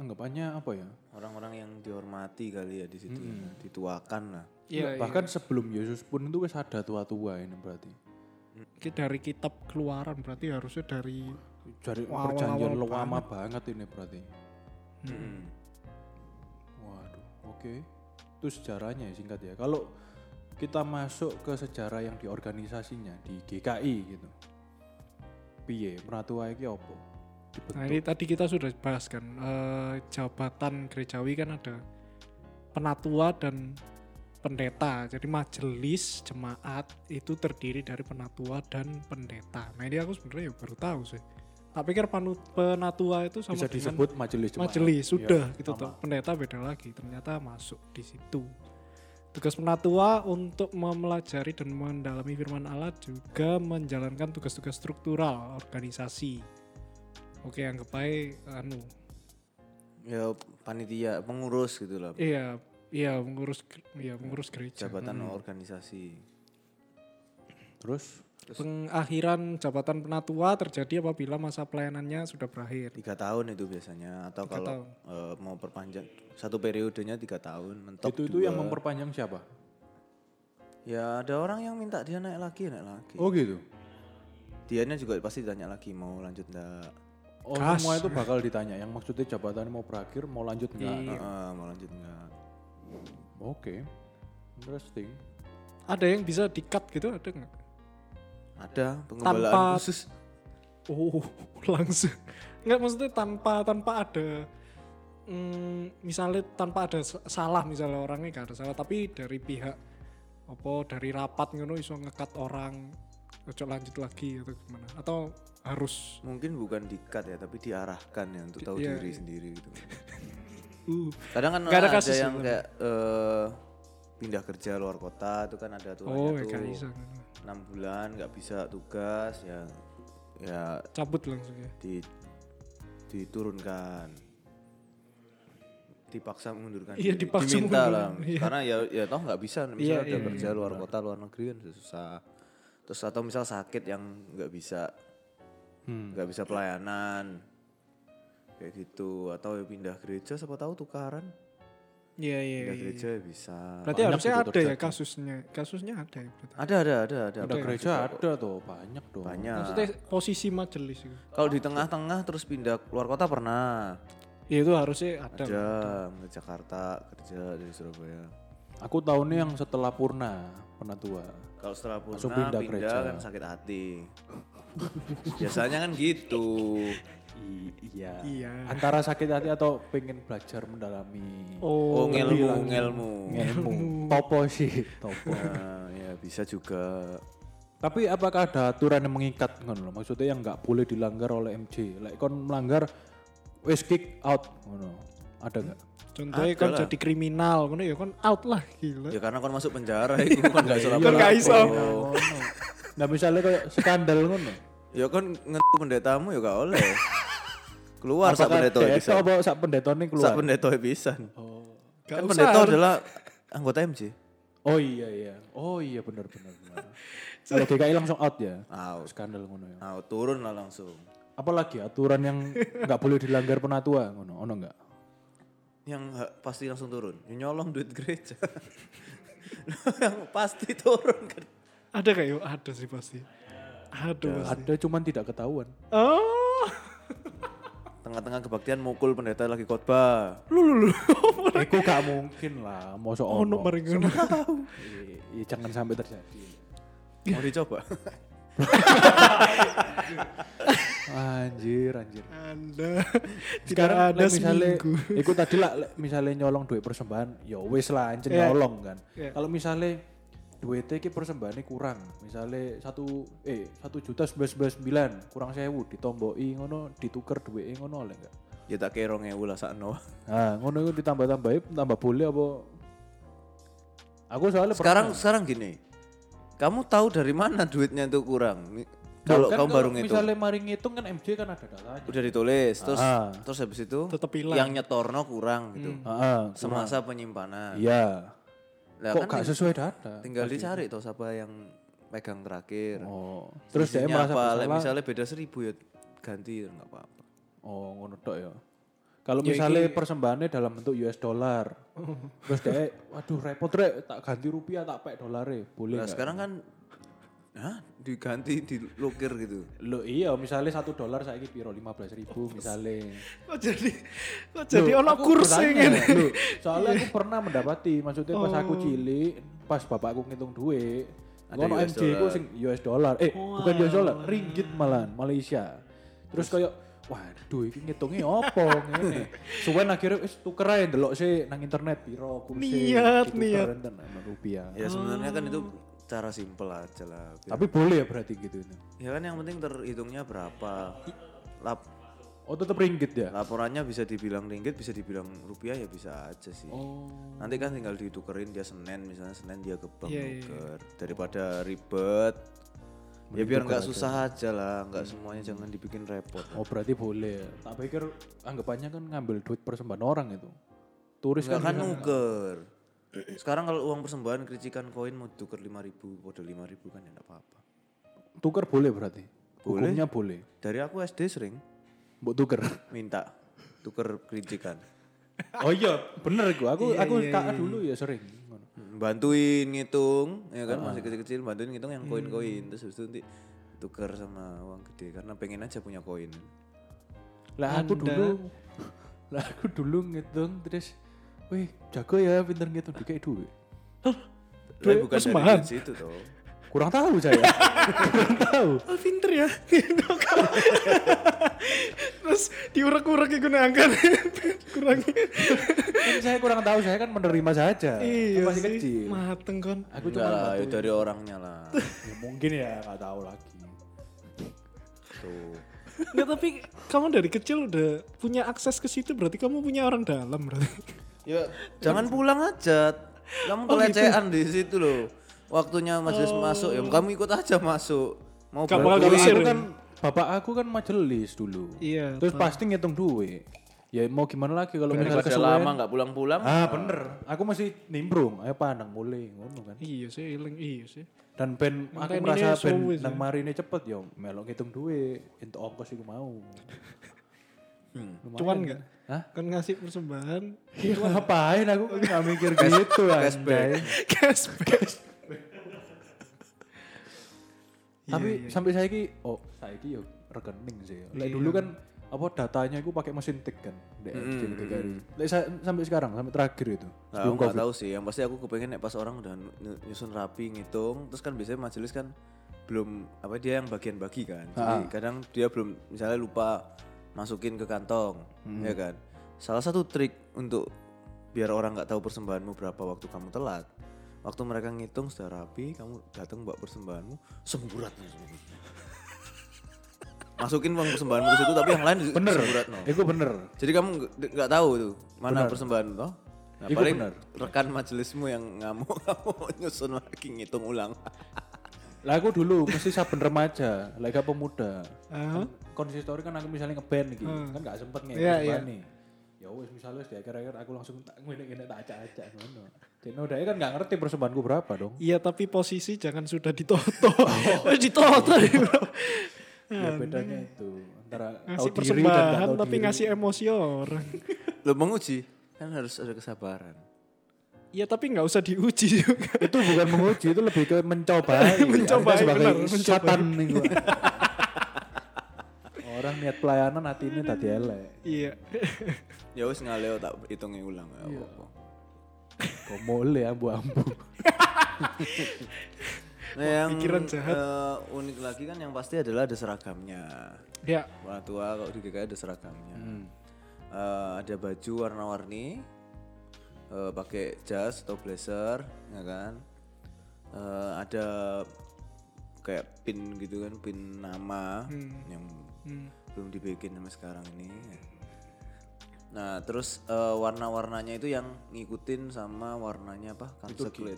anggapannya apa Iya, ya? Orang-orang yang dihormati kali ya di situ. ya. Dituakan lah. Iya, Bahkan sebelum Yesus pun itu wis ada tua-tua ini berarti. Ini dari kitab keluaran berarti harusnya dari Dari Wah, perjanjian awal-awal lama banget ini berarti. Waduh, oke. Itu sejarahnya ya singkat ya. Kalau kita masuk ke sejarah yang di organisasinya di GKI gitu. Piye, Meratua iki opo? Nah ini tadi kita sudah bahas kan eh, jabatan gerejawi kan ada penatua dan pendeta. Jadi majelis jemaat itu terdiri dari penatua dan pendeta. Nah ini aku sebenarnya ya baru tahu sih. tak pikir panu- penatua itu sama Bisa dengan disebut majelis Jumat. majelis Iya, sudah gitu sama. toh. Pendeta beda lagi, ternyata masuk di situ. Tugas penatua untuk mempelajari dan mendalami firman Allah juga menjalankan tugas-tugas struktural organisasi. Oke, anggap baik anu. ya panitia pengurus gitu lah Iya, iya mengurus iya mengurus gereja. jabatan organisasi Terus Pengakhiran jabatan penatua terjadi apabila masa pelayanannya sudah berakhir. tiga tahun itu biasanya atau Tiga kalau tahun. eh, mau perpanjang satu periodenya tiga tahun mentok itu itu dua. yang memperpanjang siapa? ya ada orang yang minta dia naik lagi naik lagi Oh gitu. dianya juga pasti tanya lagi mau lanjut enggak Oh, Kas. semua itu bakal ditanya. Yang maksudnya jabatan mau berakhir, mau lanjut nggak? eh, mau lanjut enggak Oke, interesting. Ada yang bisa di-cut gitu ada nggak? ada penggembalaan Tanpa khusus Oh, *laughs* langsung. Nggak maksudnya tanpa tanpa ada mm, misalnya tanpa ada s- salah misalnya orangnya nggak ada salah tapi dari pihak apa dari rapat ngono iso ngekat orang cocok lanjut lagi atau gimana atau harus mungkin bukan dikat ya tapi diarahkan ya untuk tahu Iya, diri iya. sendiri gitu uh, kadang kan Nggak ada ada, kasus yang sebenarnya. kayak eh, pindah kerja luar kota itu kan ada oh aturannya ya nggak bisa tuh enam bulan nggak bisa tugas ya ya cabut langsung ya di diturunkan dipaksa mengundurkan Iya, diri. dipaksa diminta lah mengundurkan, iya. karena ya ya toh nggak bisa misalnya Iya, udah iya, kerja luar kota luar negeri kan susah terus atau misal sakit yang nggak bisa nggak bisa pelayanan kayak gitu atau ya pindah gereja siapa tahu tukaran iya iya pindah iya. gereja ya bisa berarti Banyak harusnya itu ada ya terjadi. kasusnya kasusnya ada ya berarti. ada ada ada ada Ada Banyak gereja juga kok. ada tuh banyak dong. banyak maksudnya posisi majelis itu kalau di tengah-tengah terus pindah luar kota pernah ya itu harusnya ada ada ke Jakarta kerja dari Surabaya Aku tahunnya yang setelah purna penatua. Kalau setelah purna Langsung pindah, pindah gereja. kan sakit hati. Biasanya kan gitu. iya. Iya. Antara sakit hati atau pengen belajar mendalami Oh, oh, ngelmu, ngelmu. ilmu. Topo sih, topo. Nah, ya bisa juga. Tapi apakah ada aturan yang mengikat ngono? lho? Maksudnya yang nggak boleh dilanggar oleh MJ. Like kon melanggar wis kick out ngono. Ada nggak? contohnya kan jadi kriminal ngono ya kan out lah gila Ya karena kan masuk penjara itu kan gak salah Kan nggak apa-apa. iso. Nah misalnya kayak skandal ngono. Ya kan ngetu pendetamu ya gak oleh. Keluar Apakah sak pendeta deto bisa. apa sak pendetone keluar? Sak pendeta bisa. Gak Kan usah, pendeta harus- adalah anggota MC. Oh iya iya. Oh iya benar benar. benar. Kalau GKI langsung out ya. Out. Skandal ngono ya. Nah, turun lah langsung. Apalagi aturan yang nggak boleh dilanggar penatua ngono. Ono nggak? Yang ha- pasti langsung turun. Ya nyolong duit gereja. *laughs* yang pasti turun kan. Ada kayak yuk? Ada sih pasti. Ada pasti. Ada cuman tidak ketahuan. Oh, Tengah-tengah kebaktian mukul pendeta lagi khotbah. lu lu lu. Iku gak mungkin lah, mosok Oh, no, ono. mari ngono. Iya, iya, jangan sampai terjadi. Mau *laughs* dicoba? Anjir, anjir. *laughs* Anda tidak Sekarang ada lek misalnya, seminggu. *laughs* iku tadi lah lek misalnya nyolong duit persembahan, ya wis lah anjir Iya. nyolong kan. Iya. Kalau misalnya duitnya ki persembahannya kurang, misalnya satu eh satu juta sembilan sembilan sembilan kurang sewu ditomboi ngono ditukar duitnya ngono oleh enggak? ya tak kira ngewu lah sakno. Nah, ngono itu ditambah tambahin tambah boleh apa? Aku soalnya Sekarang sekarang gini. Kamu tahu dari mana duitnya itu kurang? Mi- Kalau Kan kamu baru ngitung Misalnya mari ngitung kan MJ kan ada datanya. udah ditulis terus Ah. terus habis itu Tetep hilang. yang nyetorno kurang gitu. Heeh. Semasa Ah, penyimpanan. Iya. Nah, Kok gak kan sesuai data? tinggal dicari tuh siapa yang megang terakhir. Oh, terus dia Isinya merasa apa? Lah, bersalah. Misalnya beda seribu ya ganti nggak apa-apa. Oh, ngono tok ya. Kalau misalnya persembahannya dalam bentuk US dollar, terus dia, waduh repot rek, tak ganti rupiah, tak pek dolare, boleh Nah, nggak? sekarang kan Hah? diganti dilukir gitu. Lo iya, misalnya satu dolar saya ini piro lima belas ribu misalnya. Kok jadi kok jadi Loh, ono aku kursi bertanya, ngene. *laughs* loh, soalnya aku pernah mendapati, maksudnya pas aku cilik, pas bapakku ngitung duit, Ada ada US MJ ku sing US dollar, eh bukan US dollar, ringgit malahan, Malaysia. Terus kayak, waduh ini ngitungnya apa *laughs* ngene. Suwen akhirnya wis tuker ae delok sih nang internet piro kursi. Gitu, Niat, dituker niat. enten sama rupiah. Ya sebenarnya kan itu Oh. cara simpel aja lah. Tapi boleh ya berarti gitu. Ya kan yang penting terhitungnya berapa. lap- Oh tetap ringgit ya? laporannya bisa dibilang ringgit, bisa dibilang rupiah ya bisa aja sih. Oh. Nanti kan tinggal ditukerin dia Senin misalnya Senin dia ke bank Iya, iya, nuker. daripada ribet. ya biar nggak susah aja lah, nggak Hmm. semuanya jangan dibikin repot. Kan Oh berarti boleh. Tak pikir anggapannya kan ngambil duit persembahan orang itu. Turis Nggak kan kan nuker. Sekarang kalau uang persembahan kericikan koin mau tuker 5000, kode 5000 kan ya enggak apa-apa. tuker boleh berarti. Hukumnya boleh. Dari aku SD sering Mbok tuker. minta tuker kericikan. *laughs* oh iya, bener gua. Aku aku KA dulu ya sering. Ngono. Bantuin ngitung, ya kan masih kecil-kecil bantuin ngitung yang koin-koin terus habis itu nanti tuker sama uang gede karena pengen aja punya koin. Lah aku dulu *laughs* lah aku dulu ngitung terus wih jago ya pinter ngitung dikai duit. Oh, Lah bukan dari duit situ toh. Kurang tahu *laughs* saya. Kurang tahu. Oh, pinter ya. *laughs* Gitu kan. Terus diurek-urek iku nang angkat. *laughs* Kurangnya. Kan saya kurang tahu, saya kan menerima saja. Iya Masih sih. kecil. Mateng kon. Aku Enggak lah, ya dari orangnya lah. Ya, mungkin ya nggak tahu lagi. Tuh. Nggak, tapi kamu dari kecil udah punya akses ke situ berarti kamu punya orang dalam berarti. *laughs* Ya, jangan pulang aja. Kamu kelecehan di situ loh. Waktunya majelis masuk, ya kamu ikut aja masuk. Mau Gak Bapak bantuin. bakal Gak bisa, aku Ren. kan bapak aku kan majelis dulu. Iya, Terus pasti ngitung duit. Ya mau gimana lagi kalau misalnya daripada kesuwen. Kan lama nggak pulang-pulang. Ah Nah. bener, aku masih nimbrung, ayo pandang mulai ngono kan. Iya sih, eling iya sih. Dan ben aku Makanya merasa ini ben suwe sih. nang mari ini cepet ya, melok ngitung duit, entuk ongkos iku mau. Lumayan. Cuan nggak? Hah? Kan ngasih *laughs* persembahan Ya, ngapain aku Oh, iya. kan nggak mikir gitu anjay. cashback. iya, Tapi sampai saya ki, oh saya ki yo rekening sih. Iya. Lek dulu kan apa datanya itu pakai mesin tik kan, di SD Hmm, gitu kan. Lek sa- sampai sekarang sampai terakhir itu. Nah, aku nggak tahu sih. Yang pasti aku kepengen nek pas orang udah ny- nyusun rapi, ngitung, terus kan biasanya majelis kan belum apa dia yang bagian bagi kan. Jadi kadang dia belum misalnya lupa masukin ke kantong, ya kan. Salah satu trik untuk biar orang nggak tahu persembahanmu berapa waktu kamu telat. Waktu mereka ngitung sudah rapi, kamu datang bawa persembahanmu, semburat nih. Masukin uang persembahanmu ke situ tapi yang lain Bener, semburat no. itu bener. Jadi kamu nggak- nggak tahu tuh mana persembahan toh? Nah, Iku paling bener. rekan majelismu yang ngamuk *laughs* kamu nyusun lagi ngitung ulang. Lah aku dulu mesti saben remaja, lek gak pemuda. Ah, Kan Konsistori kan aku misalnya ngeband gitu, kan gak sempet ngekek Hmm? Iya, iya. nih. Ya wes misalnya wis di akhir-akhir aku langsung tak ngene-ngene tak acak-acak ngono. Cek udah kan gak ngerti persembahanku berapa dong. Iya tapi posisi jangan sudah *laughs* ditoto. *laughs* Wes ditoto. Ya bedanya itu antara Iya. tahu diri ngasih dan gak persembahan tahu tapi diri. ngasih emosi orang. *laughs* Lo menguji kan harus ada kesabaran. Iya tapi nggak usah diuji juga. *laughs* itu bukan menguji itu lebih ke mencoba Mencobai, Artinya sebagai benar, mencobai. setan nih gua. *laughs* orang niat pelayanan hati ini tadi elek Iya. *laughs* Ya wes ngaleo tak hitungnya ulang ya. apa-apa. kok mole ya, ambu-ambu Nah, yang pikiran jahat. eh, unik lagi kan yang pasti adalah ada seragamnya. Ya. Warna tua kalau di GKI ada seragamnya. Eh, ada baju warna-warni, eh, pakai jas atau blazer, ya kan. Eh, ada kayak pin gitu kan, pin nama yang belum dibikin sampai sekarang ini. Nah, terus eh, warna-warnanya itu yang ngikutin sama warnanya apa? Kansaklet.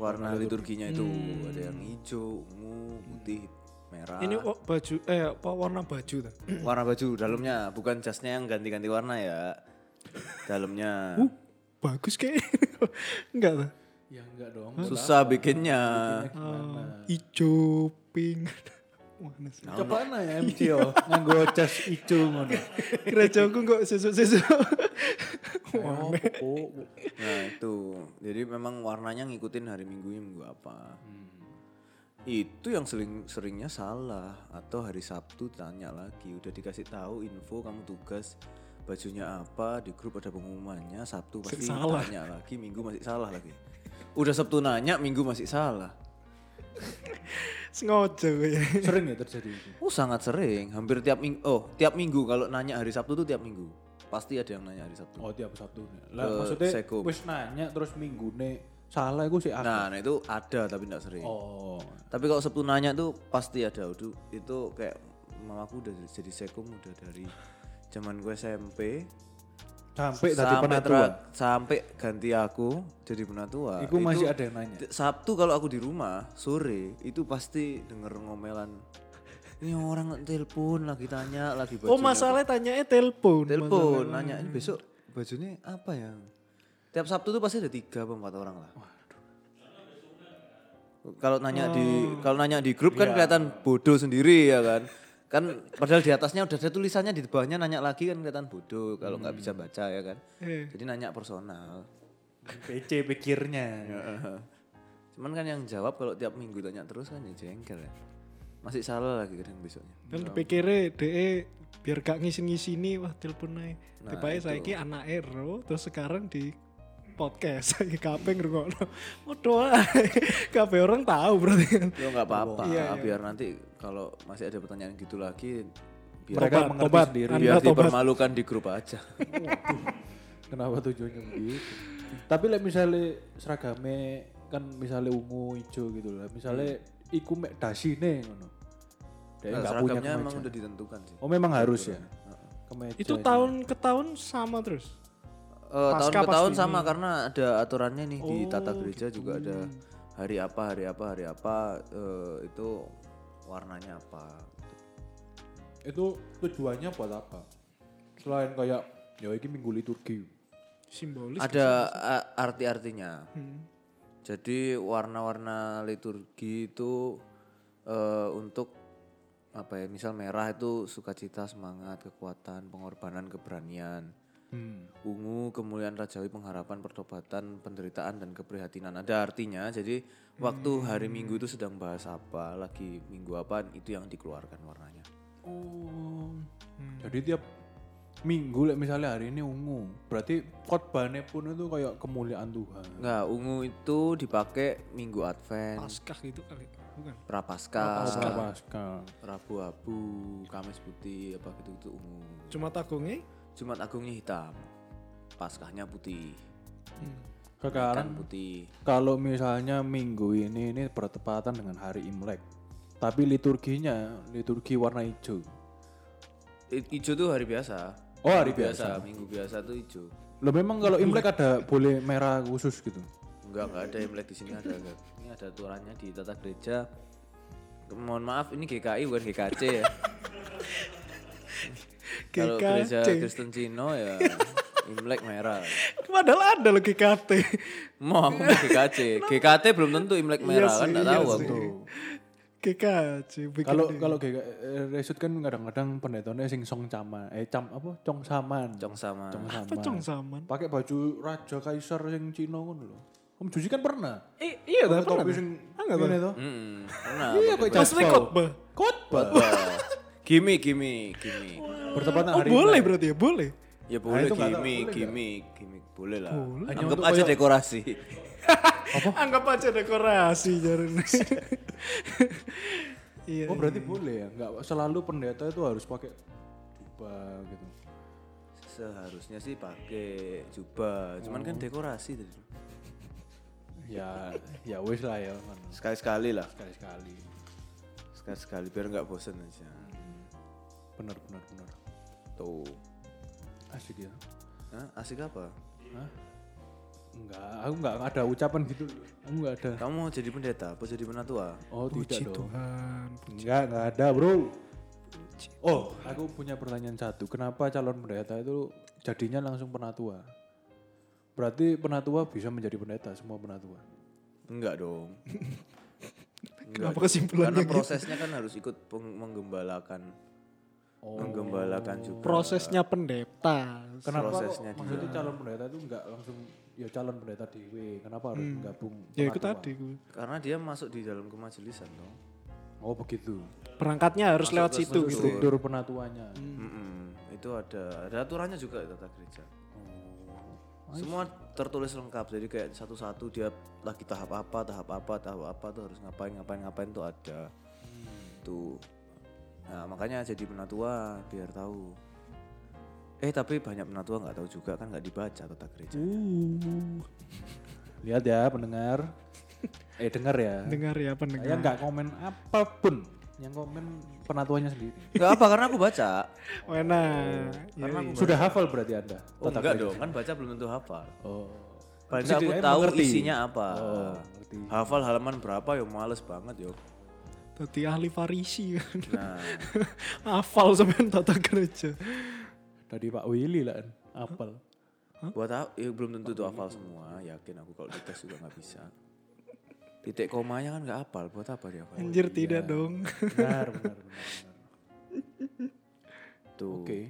Warna liturginya itu ada yang hijau, ungu, putih, merah Ini oh, baju eh apa warna baju tuh? warna baju dalamnya bukan jasnya yang ganti-ganti warna ya dalamnya Bagus *laughs* kayak. Enggak tuh. ya enggak dong susah bikinnya Ah, Ijo pink. *laughs* Wah, *laughs* nasi. coba nah ya MCO nganggo cas ijo *laughs* ngono Gerejaku kok *laughs* sesuk-sesuk. oh pokok nah itu jadi memang warnanya ngikutin hari minggunya minggu apa itu yang sering seringnya salah atau hari sabtu tanya lagi udah dikasih tahu info kamu tugas bajunya apa di grup ada pengumumannya sabtu pasti Salah. tanya lagi minggu masih salah lagi udah sabtu nanya minggu masih salah Sengaja ya. sering ya terjadi itu Oh sangat sering, hampir tiap minggu. Oh tiap minggu kalau nanya hari Sabtu tuh tiap minggu pasti ada yang nanya hari Sabtu. oh tiap sabtu lah Eh, maksudnya Sekum. wis nanya terus minggu salah gue sih akeh. Nah, nah itu ada tapi tidak sering. oh Tapi kalau Sabtu nanya tuh pasti ada. Udu- Itu kayak mamaku udah jadi sekum udah dari zaman gue SMP Sampai *laughs* tadi penatua. terak- sampai ganti aku jadi penatua. Iku masih ada yang nanya. T- Sabtu kalau aku di rumah sore itu pasti denger ngomelan. *laughs* Ini orang telepon lagi tanya lagi Oh bajunya masalahnya tanyanya telepon. telepon nanya ini besok bajunya apa ya tiap sabtu tuh pasti ada tiga apa empat orang lah kalau nanya di kalau nanya di grup kan kelihatan bodoh sendiri ya kan kan padahal di atasnya udah ada tulisannya di bawahnya nanya lagi kan kelihatan bodoh kalau nggak bisa baca ya kan Iya. jadi nanya personal PC pikirnya. cuman kan yang jawab kalau tiap minggu tanya terus kan ya jengkel ya masih salah lagi kadang besoknya Dan dipikirnya DE biar gak ngisi-ngisini wah telepon aja. Nah, Tiba saya ki anak Ero terus sekarang di podcast *laughs* saya kabeh ngrungokno. Waduh, *laughs* kabeh orang tahu berarti kan. ya nggak apa-apa Iya, iya. biar nanti kalau masih ada pertanyaan gitu lagi biar Mereka Tobat, mengerti tobat. sendiri. Anda biar tobat. dipermalukan di grup *laughs* aja. Nah, Kenapa tujuannya begitu? Tapi like, misalnya seragamnya kan misalnya ungu hijau gitu lah. Misalnya iku mek dasine ngono. Dia Nah, nggak punya seragamnya emang kemeja. udah ditentukan sih. Oh memang harus ya. Kemeja Iya, Itu ini. tahun ke tahun sama terus. Eh, tahun Pasca ke tahun pasti Oh, gitu. sama karena ada aturannya nih di tata gereja juga ada hari apa hari apa hari apa eh, itu warnanya apa. Itu tujuannya buat apa? Selain kayak ya ini minggu liturgi. Simbolis. ada a- arti-artinya. Jadi warna-warna liturgi itu eh, untuk apa ya? Misal merah itu sukacita, semangat, kekuatan, pengorbanan, keberanian. Ungu kemuliaan rajawi, pengharapan, pertobatan, penderitaan dan keprihatinan. Ada artinya. Jadi waktu hari Minggu itu sedang bahas apa, lagi minggu apa itu yang dikeluarkan warnanya. Oh. Jadi tiap minggu like, misalnya hari ini ungu, berarti khotbahnya pun itu kayak kemuliaan Tuhan. Enggak, ungu itu dipakai Minggu Advent, Paskah gitu kali. Bukan. Prapaskah. Pasca- Pasca. Rabu abu, Kamis putih, apa gitu gitu ungu. Cuma tagungnya Jumat Agungnya hitam, Paskahnya putih, Sekarang kan putih. kalau misalnya minggu ini ini bertepatan dengan hari Imlek, tapi liturginya liturgi warna hijau. I- Ijo tuh hari biasa. Oh, hari minggu biasa tuh ijo. Lo memang kalau Imlek ada boleh merah khusus gitu. Enggak enggak ada Imlek di sini ada enggak. Ini ada aturannya di tata gereja. Ke- Mohon maaf ini GKI bukan GKC *laughs* ya. Kalau gereja GKC. Kristen Cino ya Imlek merah. *laughs* Padahal ada loh GKT. Mau aku mau *laughs* GKC. GKT belum tentu Iya Imlek merah kan enggak tahu aku. GKC. bikin Kalau deh. kalau kayak eh, resut kan kadang-kadang pendetanya sing song cama, eh cam apa cong saman. Cong sama. Cong apa saman. cong saman? Pakai baju raja kaisar sing Cina ngono lho. Om Juji kan pernah. Eh, iya dah Pakai pernah. topi dah. sing Ah, nggak ngene to. *laughs* Mm-mm, pernah. Iya kok Pas jadwal. khotbah. Khotbah. Wah. Gimi, gimi, gimi. Bertepatan Oh hari boleh berarti ya boleh. Ya Nah, boleh itu nggak tahu, gimi, boleh gimi, gimi. Boleh lah. Boleh. Hanya Anggap untuk aja kayak- dekorasi. Anggap aja dekorasi jarum. iya. Oh berarti boleh ya? Nggak selalu pendeta itu harus pakai jubah gitu. Seharusnya sih pakai jubah, cuman kan Hmm. dekorasi tadi. Ya, ya wes lah ya. kan. Sekali-sekali lah. Sekali-sekali. Sekali-sekali biar nggak bosen aja. Bener, bener, bener. Tuh. Asik ya. Hah? Asik apa? Hah? Enggak, aku enggak ada ucapan gitu. Aku enggak ada. Kamu mau jadi pendeta apa jadi penatua? Oh Puji tidak dong. Tuhan. Enggak, enggak ada bro. Oh, aku punya pertanyaan satu. Kenapa calon pendeta itu jadinya langsung penatua? Berarti penatua bisa menjadi pendeta, semua penatua. Enggak *laughs* dong. Karena Kenapa kesimpulannya gitu? prosesnya kan harus ikut peng- menggembalakan. Menggembalakan Oh. juga. Prosesnya pendeta. Kenapa kok Prosesnya maksudnya calon pendeta itu enggak langsung ya calon pendeta dewe? Kenapa harus menggabung? Ya itu penatua? tadi. gue. Karena dia masuk di dalam kemajelisan dong. Oh begitu. Perangkatnya harus lewat situ gitu. Struktur penatuanya. Mm-mm. Itu ada ada aturannya juga di tata gereja. Oh, Semua tertulis lengkap. Jadi kayak satu-satu dia lagi tahap apa, tahap apa, tahap apa tuh harus ngapain, ngapain, ngapain tuh ada. Tuh. Nah, makanya jadi penatua biar tahu. Eh, tapi banyak penatua nggak tahu juga kan nggak dibaca tata *laughs* gereja. Lihat ya pendengar. eh dengar ya. Dengar ya pendengar. Saya nggak komen apapun. Yang komen penatuannya sendiri. Gak apa karena aku baca. Oh, enak. Iya, Oh. Karena aku iya. Sudah hafal berarti Anda? Oh, Tata enggak krama. dong, kan baca belum tentu hafal. Oh. Paling Jadi nggak aku dia tahu mengerti. isinya apa. Oh, ngerti. Hafal halaman berapa ya males banget yo. Tadi ahli farisi kan. Nah, *laughs* Hafal sampean tata kerja. Tadi Pak Willy lah, kan, apel. buat aku ya belum tentu tuh hafal semua. Yakin aku kalau dites juga nggak bisa. Titik komanya kan nggak hafal, buat apa dia hafal? Anjir tidak dong. Benar, benar, benar. Tuh. Oke.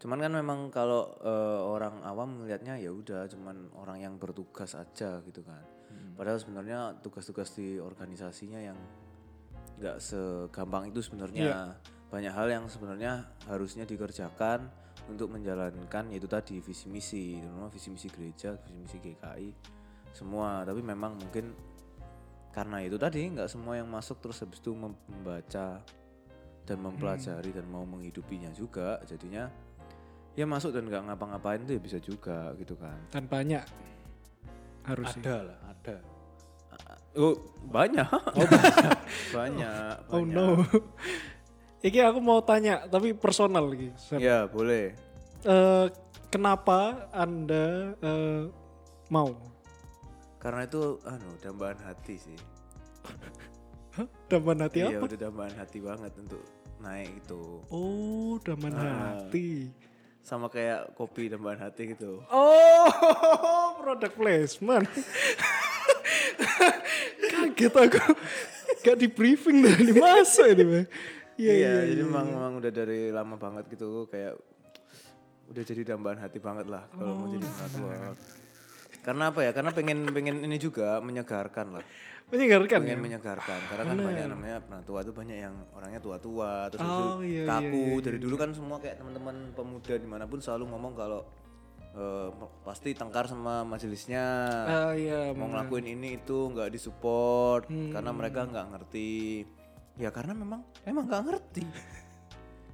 Cuman kan memang kalau eh, orang awam melihatnya ya udah cuman orang yang bertugas aja gitu kan. Padahal sebenarnya tugas-tugas di organisasinya yang nggak segampang itu sebenarnya. Banyak hal yang sebenarnya harusnya dikerjakan untuk menjalankan yaitu tadi visi misi, terutama visi misi gereja, visi misi GKI semua. Tapi memang mungkin karena itu tadi nggak semua yang masuk terus habis itu mem- membaca dan mempelajari dan mau menghidupinya juga jadinya ya masuk dan nggak ngapa-ngapain tuh ya bisa juga gitu kan Dan banyak. Harusnya. Ada lah, ada. oh *laughs* banyak Oh, banyak Oh banyak. no. *laughs* Iki aku mau tanya, tapi personal lagi. Sam. ya boleh Eh, kenapa Anda eh, mau? karena itu anu dambaan hati sih Hah? Daman hati iya apa? udah dambaan hati banget untuk naik itu Oh, daman hati. sama kayak kopi dambaan hati gitu Oh, produk placement. Kaget aku. Gak di briefing dari masuk ini, Bang. Iya, iya. jadi memang memang udah dari lama banget gitu kayak udah jadi dambaan hati banget lah kalau mau Oh. jadi pengatua. Karena apa ya? Karena pengen pengen ini juga menyegarkan lah. Menyegarkan ya? Pengen menyegarkan karena kan banyak namanya penatua tuh banyak yang orangnya tua-tua terus Oh, itu iya, iya, kaku. iya, iya, dari dulu kan semua kayak teman-teman pemuda dimanapun selalu ngomong kalau eh, pasti tengkar sama majelisnya Ah, iya. mau ngelakuin ini itu nggak disupport karena mereka nggak ngerti ya karena memang emang nggak ngerti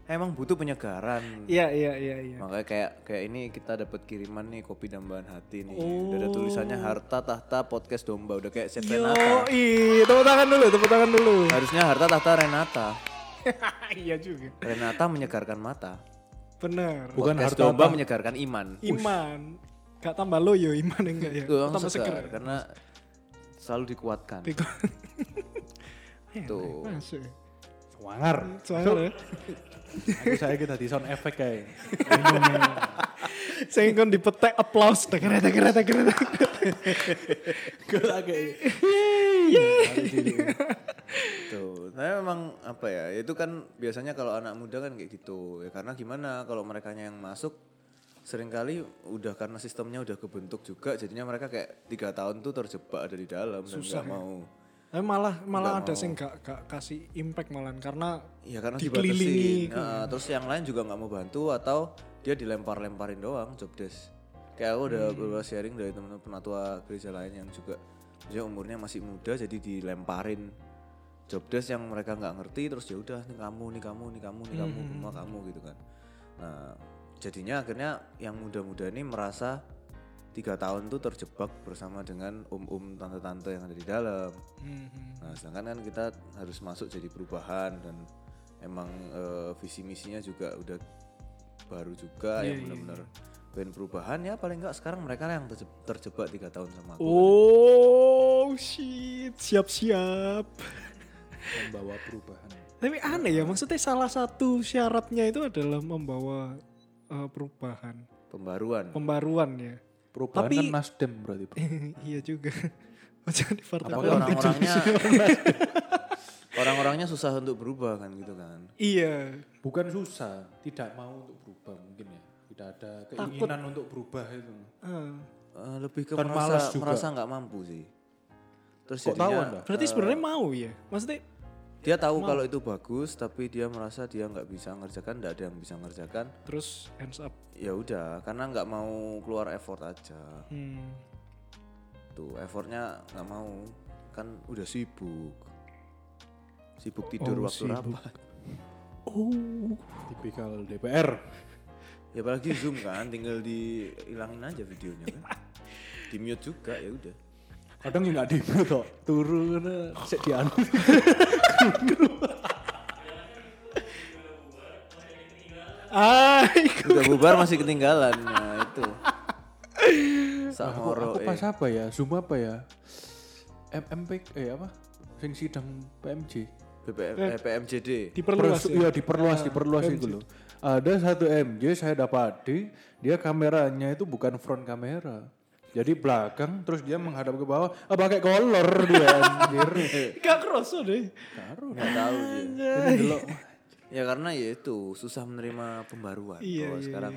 emang butuh penyegaran Iya, iya, iya, iya. makanya kayak kayak ini kita dapat kiriman nih kopi dambaan hati nih udah ada tulisannya harta tahta podcast domba udah kayak set Renata Yo, Oh, iya. tepuk tangan dulu, tepuk tangan dulu. harusnya harta tahta Renata *laughs* iya juga. Renata menyegarkan mata Benar. Bukan podcast harta domba menyegarkan iman Iman. Gak tambah loyo iman enggak ya? Tuh, langsung tambah segar, seger. karena selalu dikuatkan *laughs* tuh Masuk. ya. Wangar. Soalnya Aku saya kita di sound effect kayak. saya kan dipetek applause denger denger denger. Gue kayak. Tuh, saya Gitu. memang apa ya? Itu kan biasanya kalau anak muda kan kayak gitu. Ya karena gimana kalau mereka yang masuk seringkali udah karena sistemnya udah kebentuk juga jadinya mereka kayak tiga tahun tuh terjebak ada di dalam Susah, dan nggak mau Tapi malah malah ada sing gak, gak kasih impact malahan karena ya karena Dikelilingi, dibatasin Nah, terus yang lain juga nggak mau bantu atau dia dilempar-lemparin doang jobdesk kayak aku udah beberapa sharing dari teman-teman penatua gereja lain yang juga dia umurnya masih muda jadi dilemparin jobdesk yang mereka nggak ngerti terus ya udah nih kamu nih kamu nih kamu nih kamu semua kamu gitu kan nah jadinya akhirnya yang muda-muda ini merasa tiga tahun tuh terjebak bersama dengan om-om tante-tante yang ada di dalam Nah, sedangkan kan kita harus masuk jadi perubahan dan emang eh, visi misinya juga udah baru juga Iya, yang benar-benar pengen perubahan ya paling enggak sekarang mereka lah yang terje- terjebak tiga tahun sama aku. Oh shit, siap-siap. Membawa perubahan. Tapi aneh ya, maksudnya salah satu syaratnya itu adalah membawa eh, perubahan, Pembaruan. Oh, pembaruan ya. *laughs* Perubahan Tapi- kan nasdem berarti. Bro. iya juga. *laughs* Oh, Jangan di partai Tapi politik juga. orang-orangnya *laughs* orang-orangnya susah untuk berubah kan gitu kan. Iya, Bukan susah, tidak mau untuk berubah mungkin ya. Tidak ada keinginan untuk berubah itu. Ah. Eh, lebih ke Dan malas merasa juga. merasa nggak mampu sih. Terus Kok tahu jadinya Anda? Berarti sebenarnya mau ya? Maksudnya dia tahu kalau itu bagus tapi dia merasa dia nggak bisa ngerjakan, nggak ada yang bisa ngerjakan. terus hands up. ya udah karena nggak mau keluar effort aja Hmm. tuh effortnya nggak mau kan udah sibuk sibuk tidur waktu rapat Oh, Tipikal DPR. ya apalagi zoom kan tinggal dihilangin aja videonya kan di mute juga ya udah *laughs* anu. Kadang yang nggak di toh. Turun, sik dianu. Ah, *laughs* iku. Udah bubar masih ketinggalan. Nah, itu. Aku, Samoro. eh, aku pas apa ya? Zoom apa ya? MMP eh apa? Sing sidang PMJ. BPM, eh, PMJD. diperluas. Perlu- Iya diperluas, diperluas itu loh. Ada satu MJ saya dapati, dia kameranya itu bukan front kamera. Jadi belakang, terus dia menghadap ke bawah, ah, pakai kolor dia anjir. Gak kerasa deh. Taruh. Nggak tahu dia. Jadi delok, Ya karena ya itu susah menerima pembaruan. Iya, Kalau iya, sekarang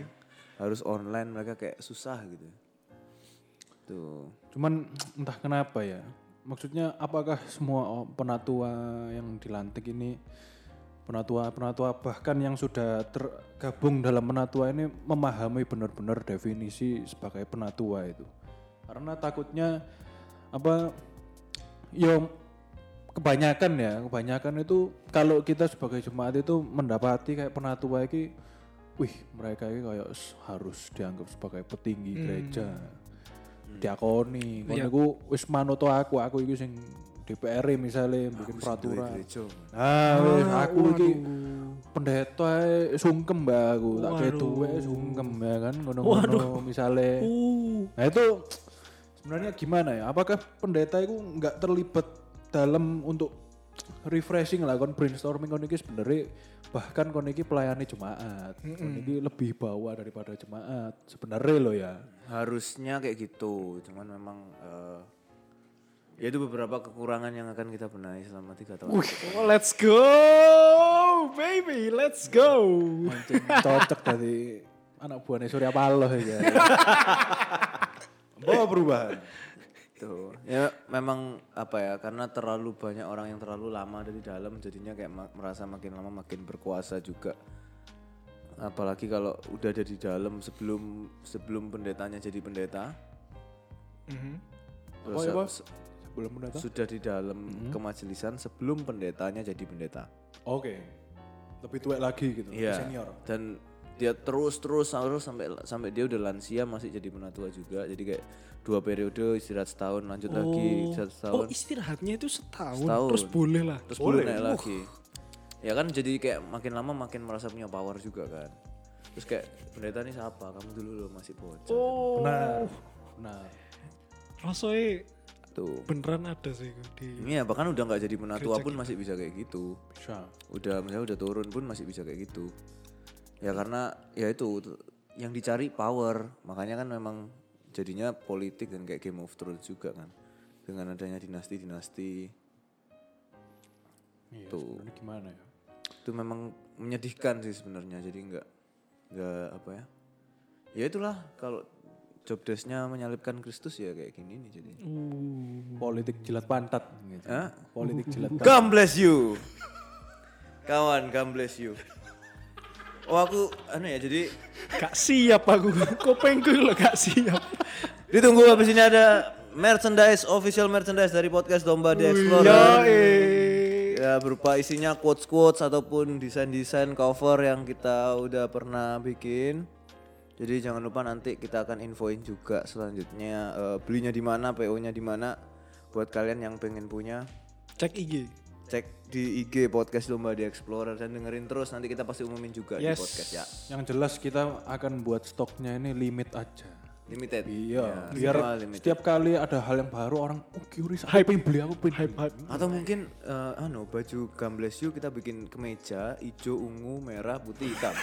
harus online mereka kayak susah gitu. Tuh. Cuman entah kenapa ya. Maksudnya apakah semua penatua yang dilantik ini penatua-penatua bahkan yang sudah tergabung dalam penatua ini memahami benar-benar definisi sebagai penatua itu. Karena takutnya apa ya kebanyakan ya, kebanyakan itu kalau kita sebagai jemaat itu mendapati kayak penatua ini wih, mereka ini kayak s- harus dianggap sebagai petinggi gereja. Diakoni, kono iku wis manut aku, aku iku sing DPR E misalnya bikin peraturan. Gereja. Ah, wis aku iki pendeta ae sungkem mbak aku, tak kayak duwe sungkem ya kan ngono-ngono misale. Uh, Nah itu sebenarnya gimana ya? Apakah pendeta itu nggak terlibat dalam untuk refreshing lah kon brainstorming kon iki sebenarnya bahkan kon iki pelayani jemaat. Kon iki lebih bawah daripada jemaat sebenarnya loh ya. Harusnya kayak gitu. Cuman memang eh, ya itu beberapa kekurangan yang akan kita benahi selama tiga tahun. oh, let's go, baby, let's go. Mancing *laughs* cocok dari anak buahnya Surya Paloh ya. Bawa perubahan. Tuh. Ya memang apa ya karena terlalu banyak orang yang terlalu lama dari dalam jadinya kayak ma- merasa makin lama makin berkuasa juga. Apalagi kalau udah ada di dalam sebelum sebelum pendetanya jadi pendeta Mm-hmm. Apa ya, Mm-hmm. Bos? Sebelum pendeta? sudah di dalam kemajelisan sebelum pendetanya jadi pendeta. Iya. Oke. Lebih tua lagi gitu, lebih senior. Dan dia terus terus terus sampai sampai dia udah lansia masih jadi penatua juga. Jadi kayak dua periode istirahat setahun lanjut lagi istirahat setahun. Oh istirahatnya itu setahun, Setahun. terus boleh Uh. lah. terus boleh naik lagi ya kan jadi kayak makin lama makin merasa punya power juga kan terus kayak pendeta nih siapa kamu dulu loh masih bocah Oh, Benar. Benar. rasanya tuh beneran ada sih itu di. Iya bahkan udah nggak jadi penatua pun masih bisa kayak gitu Bisa. udah misalnya udah turun pun masih bisa kayak gitu ya karena ya itu t- yang dicari power makanya kan memang jadinya politik dan kayak Game of Thrones juga kan dengan adanya dinasti-dinasti Iya, Tuh. sebenarnya gimana ya? itu memang menyedihkan sih sebenarnya jadi nggak nggak apa ya ya itulah kalau job desknya menyalipkan Kristus ya kayak gini nih jadi politik jilat pantat gitu. Hah? Politik jilat pantat. God bless you kawan God bless you oh aku anu ya jadi Gak siap aku, *laughs* kopengku loh gak siap. ditunggu habis ini ada merchandise official merchandise dari podcast Domba The Yo, Explorer ya berupa isinya quotes quotes ataupun desain desain cover yang kita udah pernah bikin jadi jangan lupa nanti kita akan infoin juga selanjutnya eh, belinya di mana po nya di mana buat kalian yang pengen punya cek IG. cek di IG podcast lomba di Explorer dan dengerin terus nanti kita pasti umumin juga di Yes. podcast ya Yang jelas kita akan buat stoknya ini limit aja. limited Iya, Ya, biar semua limited. setiap kali ada hal yang baru orang oh curious, aku pengen beli, aku pengen hype, atau mungkin eh, anu baju Gambles You kita bikin kemeja hijau ungu merah putih hitam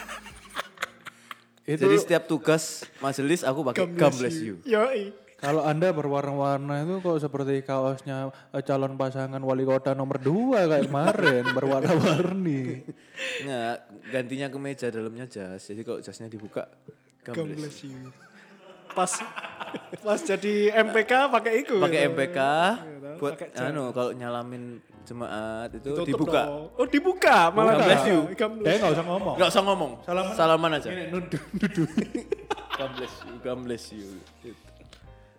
Itu jadi setiap tugas majelis aku pakai Gambles You Yo, kalau Anda berwarna-warna itu kok seperti kaosnya eh, calon pasangan wali kota nomor 2 kayak *laughs* kemarin, berwarna-warni. Nggak, gantinya kemeja dalamnya jas. Jadi kalau jasnya dibuka, God gambles. bless you. Pas pas jadi MPK pakai itu. Pakai gitu. MPK tau. buat Pakai anu kalau nyalamin jemaat itu Tutup dibuka. dong. Oh, dibuka malah. God bless you. God bless. Dia Eh, nggak usah ngomong. Enggak Oh. usah ngomong. Salaman, aja. *laughs* Nuduh-nuduh. Gambles you, gambles you. Gitu.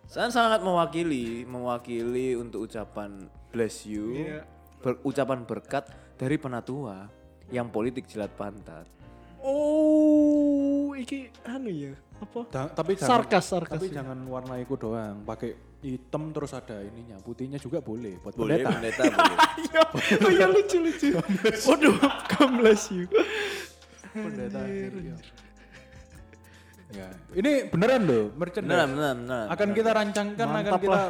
Saya sangat mewakili, mewakili untuk ucapan bless you. Iya. ber- ucapan berkat dari penatua yang politik jilat pantat. Oh, iki anu ya. Apa? *laughs* Ta- tapi jangan, Sarkas, sarkas. iya. tapi jangan warna itu doang. Pakai hitam terus ada ininya, putihnya juga boleh buat Boleh pendeta. *laughs* pendeta boleh. Iya, oh ya lucu lucu. Waduh, God bless you. pendeta iya. ya. ini beneran loh merchandise Beneran, beneran, beneran. akan kita rancangkan akan Mantap kita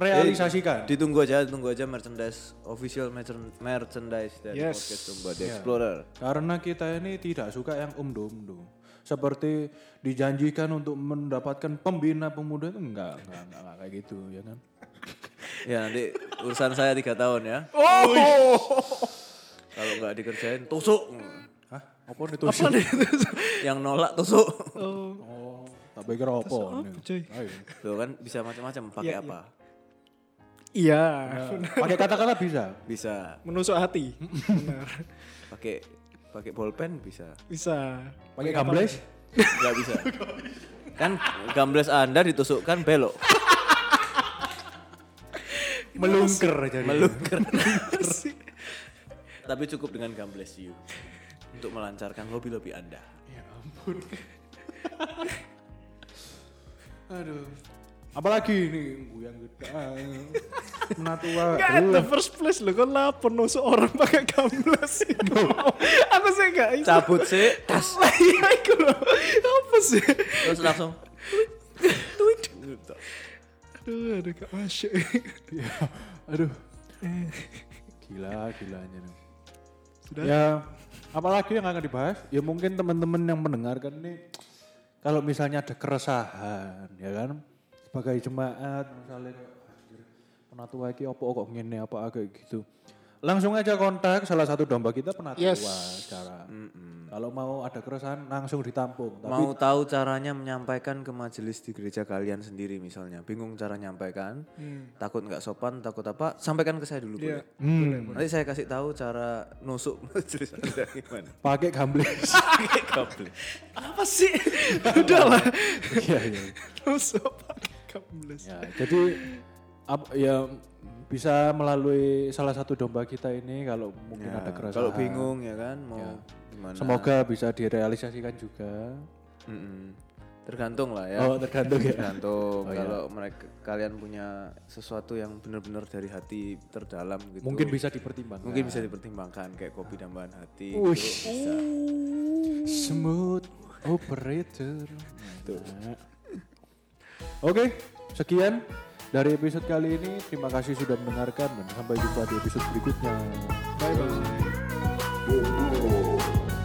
realisasikan Ditunggu aja, tunggu aja merchandise official merchan- merchandise dari Yes. Iya. podcast Domba The Explorer. karena kita ini tidak suka yang umdo-umdo seperti dijanjikan untuk mendapatkan pembina pemuda itu enggak enggak, enggak, enggak kayak gitu ya kan Ya nanti urusan saya tiga tahun ya. Oh! Kalau nggak dikerjain tusuk. Hah? Apa itu? *laughs* Yang nolak tusuk. Oh, tak pikir apa. ini. cuy? Ayo. Tuh kan bisa macam-macam. Pakai apa? Iya, Pakai kata-kata bisa. Bisa. menusuk hati. Benar. Pakai pakai bolpen bisa. Bisa. Pakai gambles. Nggak bisa. kan gambles Anda ditusukkan belok. Melungker jadi. Melungker. Sih. Tapi cukup dengan gambles you. Untuk melancarkan hobi-hobi Anda. Aduh. Apalagi ini yang gede. Menatua. *laughs* Nggak at the first place lo kan lah penusuk orang pakai gambles itu. Aku sih nggak iso. Cabut sih. Tas. Lah iya iku lho. Apa sih? Terus langsung. Tweet. Aduh, aduh gak masuk. Ya, Aduh. Gila, gilanya nih. Sudah. Ya, apalagi yang akan dibahas? Ya mungkin teman-teman yang mendengarkan ini kalau misalnya ada keresahan, ya kan? Sebagai jemaat misalnya kayak, "Anjir, penatua iki apa kok ngene apa kayak gitu. Langsung aja kontak salah satu domba kita penatua Yes. cara. Kalau mau ada keresahan langsung ditampung. Tapi Mau tahu caranya menyampaikan ke majelis di gereja kalian sendiri misalnya. Bingung cara nyampaikan. Hmm. Takut nggak sopan, takut apa. Sampaikan ke saya dulu. Iya. boleh? Nanti saya kasih tahu cara nusuk *laughs* majelis Anda *laughs* gimana. pakai Iya, gambles. Pakai kabel. Apa sih? Udahlah. Iya, iya. *laughs* Penusuk pakai gambles. Ya, jadi ap- ya bisa melalui salah satu domba kita ini kalau mungkin ada keresahan. Ya, Kalau bingung ya kan mau Iya. gimana. Semoga bisa direalisasikan juga. Mm-mm. Tergantung lah ya. Oh, tergantung ya. Tergantung kalau mereka kalian punya sesuatu yang benar-benar dari hati terdalam gitu. Mungkin Ah. bisa dipertimbangkan. mungkin bisa dipertimbangkan kayak kopi dambaan hati. Wih. gitu, bisa. Smooth operator. Nah. Oke, sekian dari episode kali ini. Terima kasih sudah mendengarkan dan sampai jumpa di episode berikutnya. Bye bye. Boom, boom.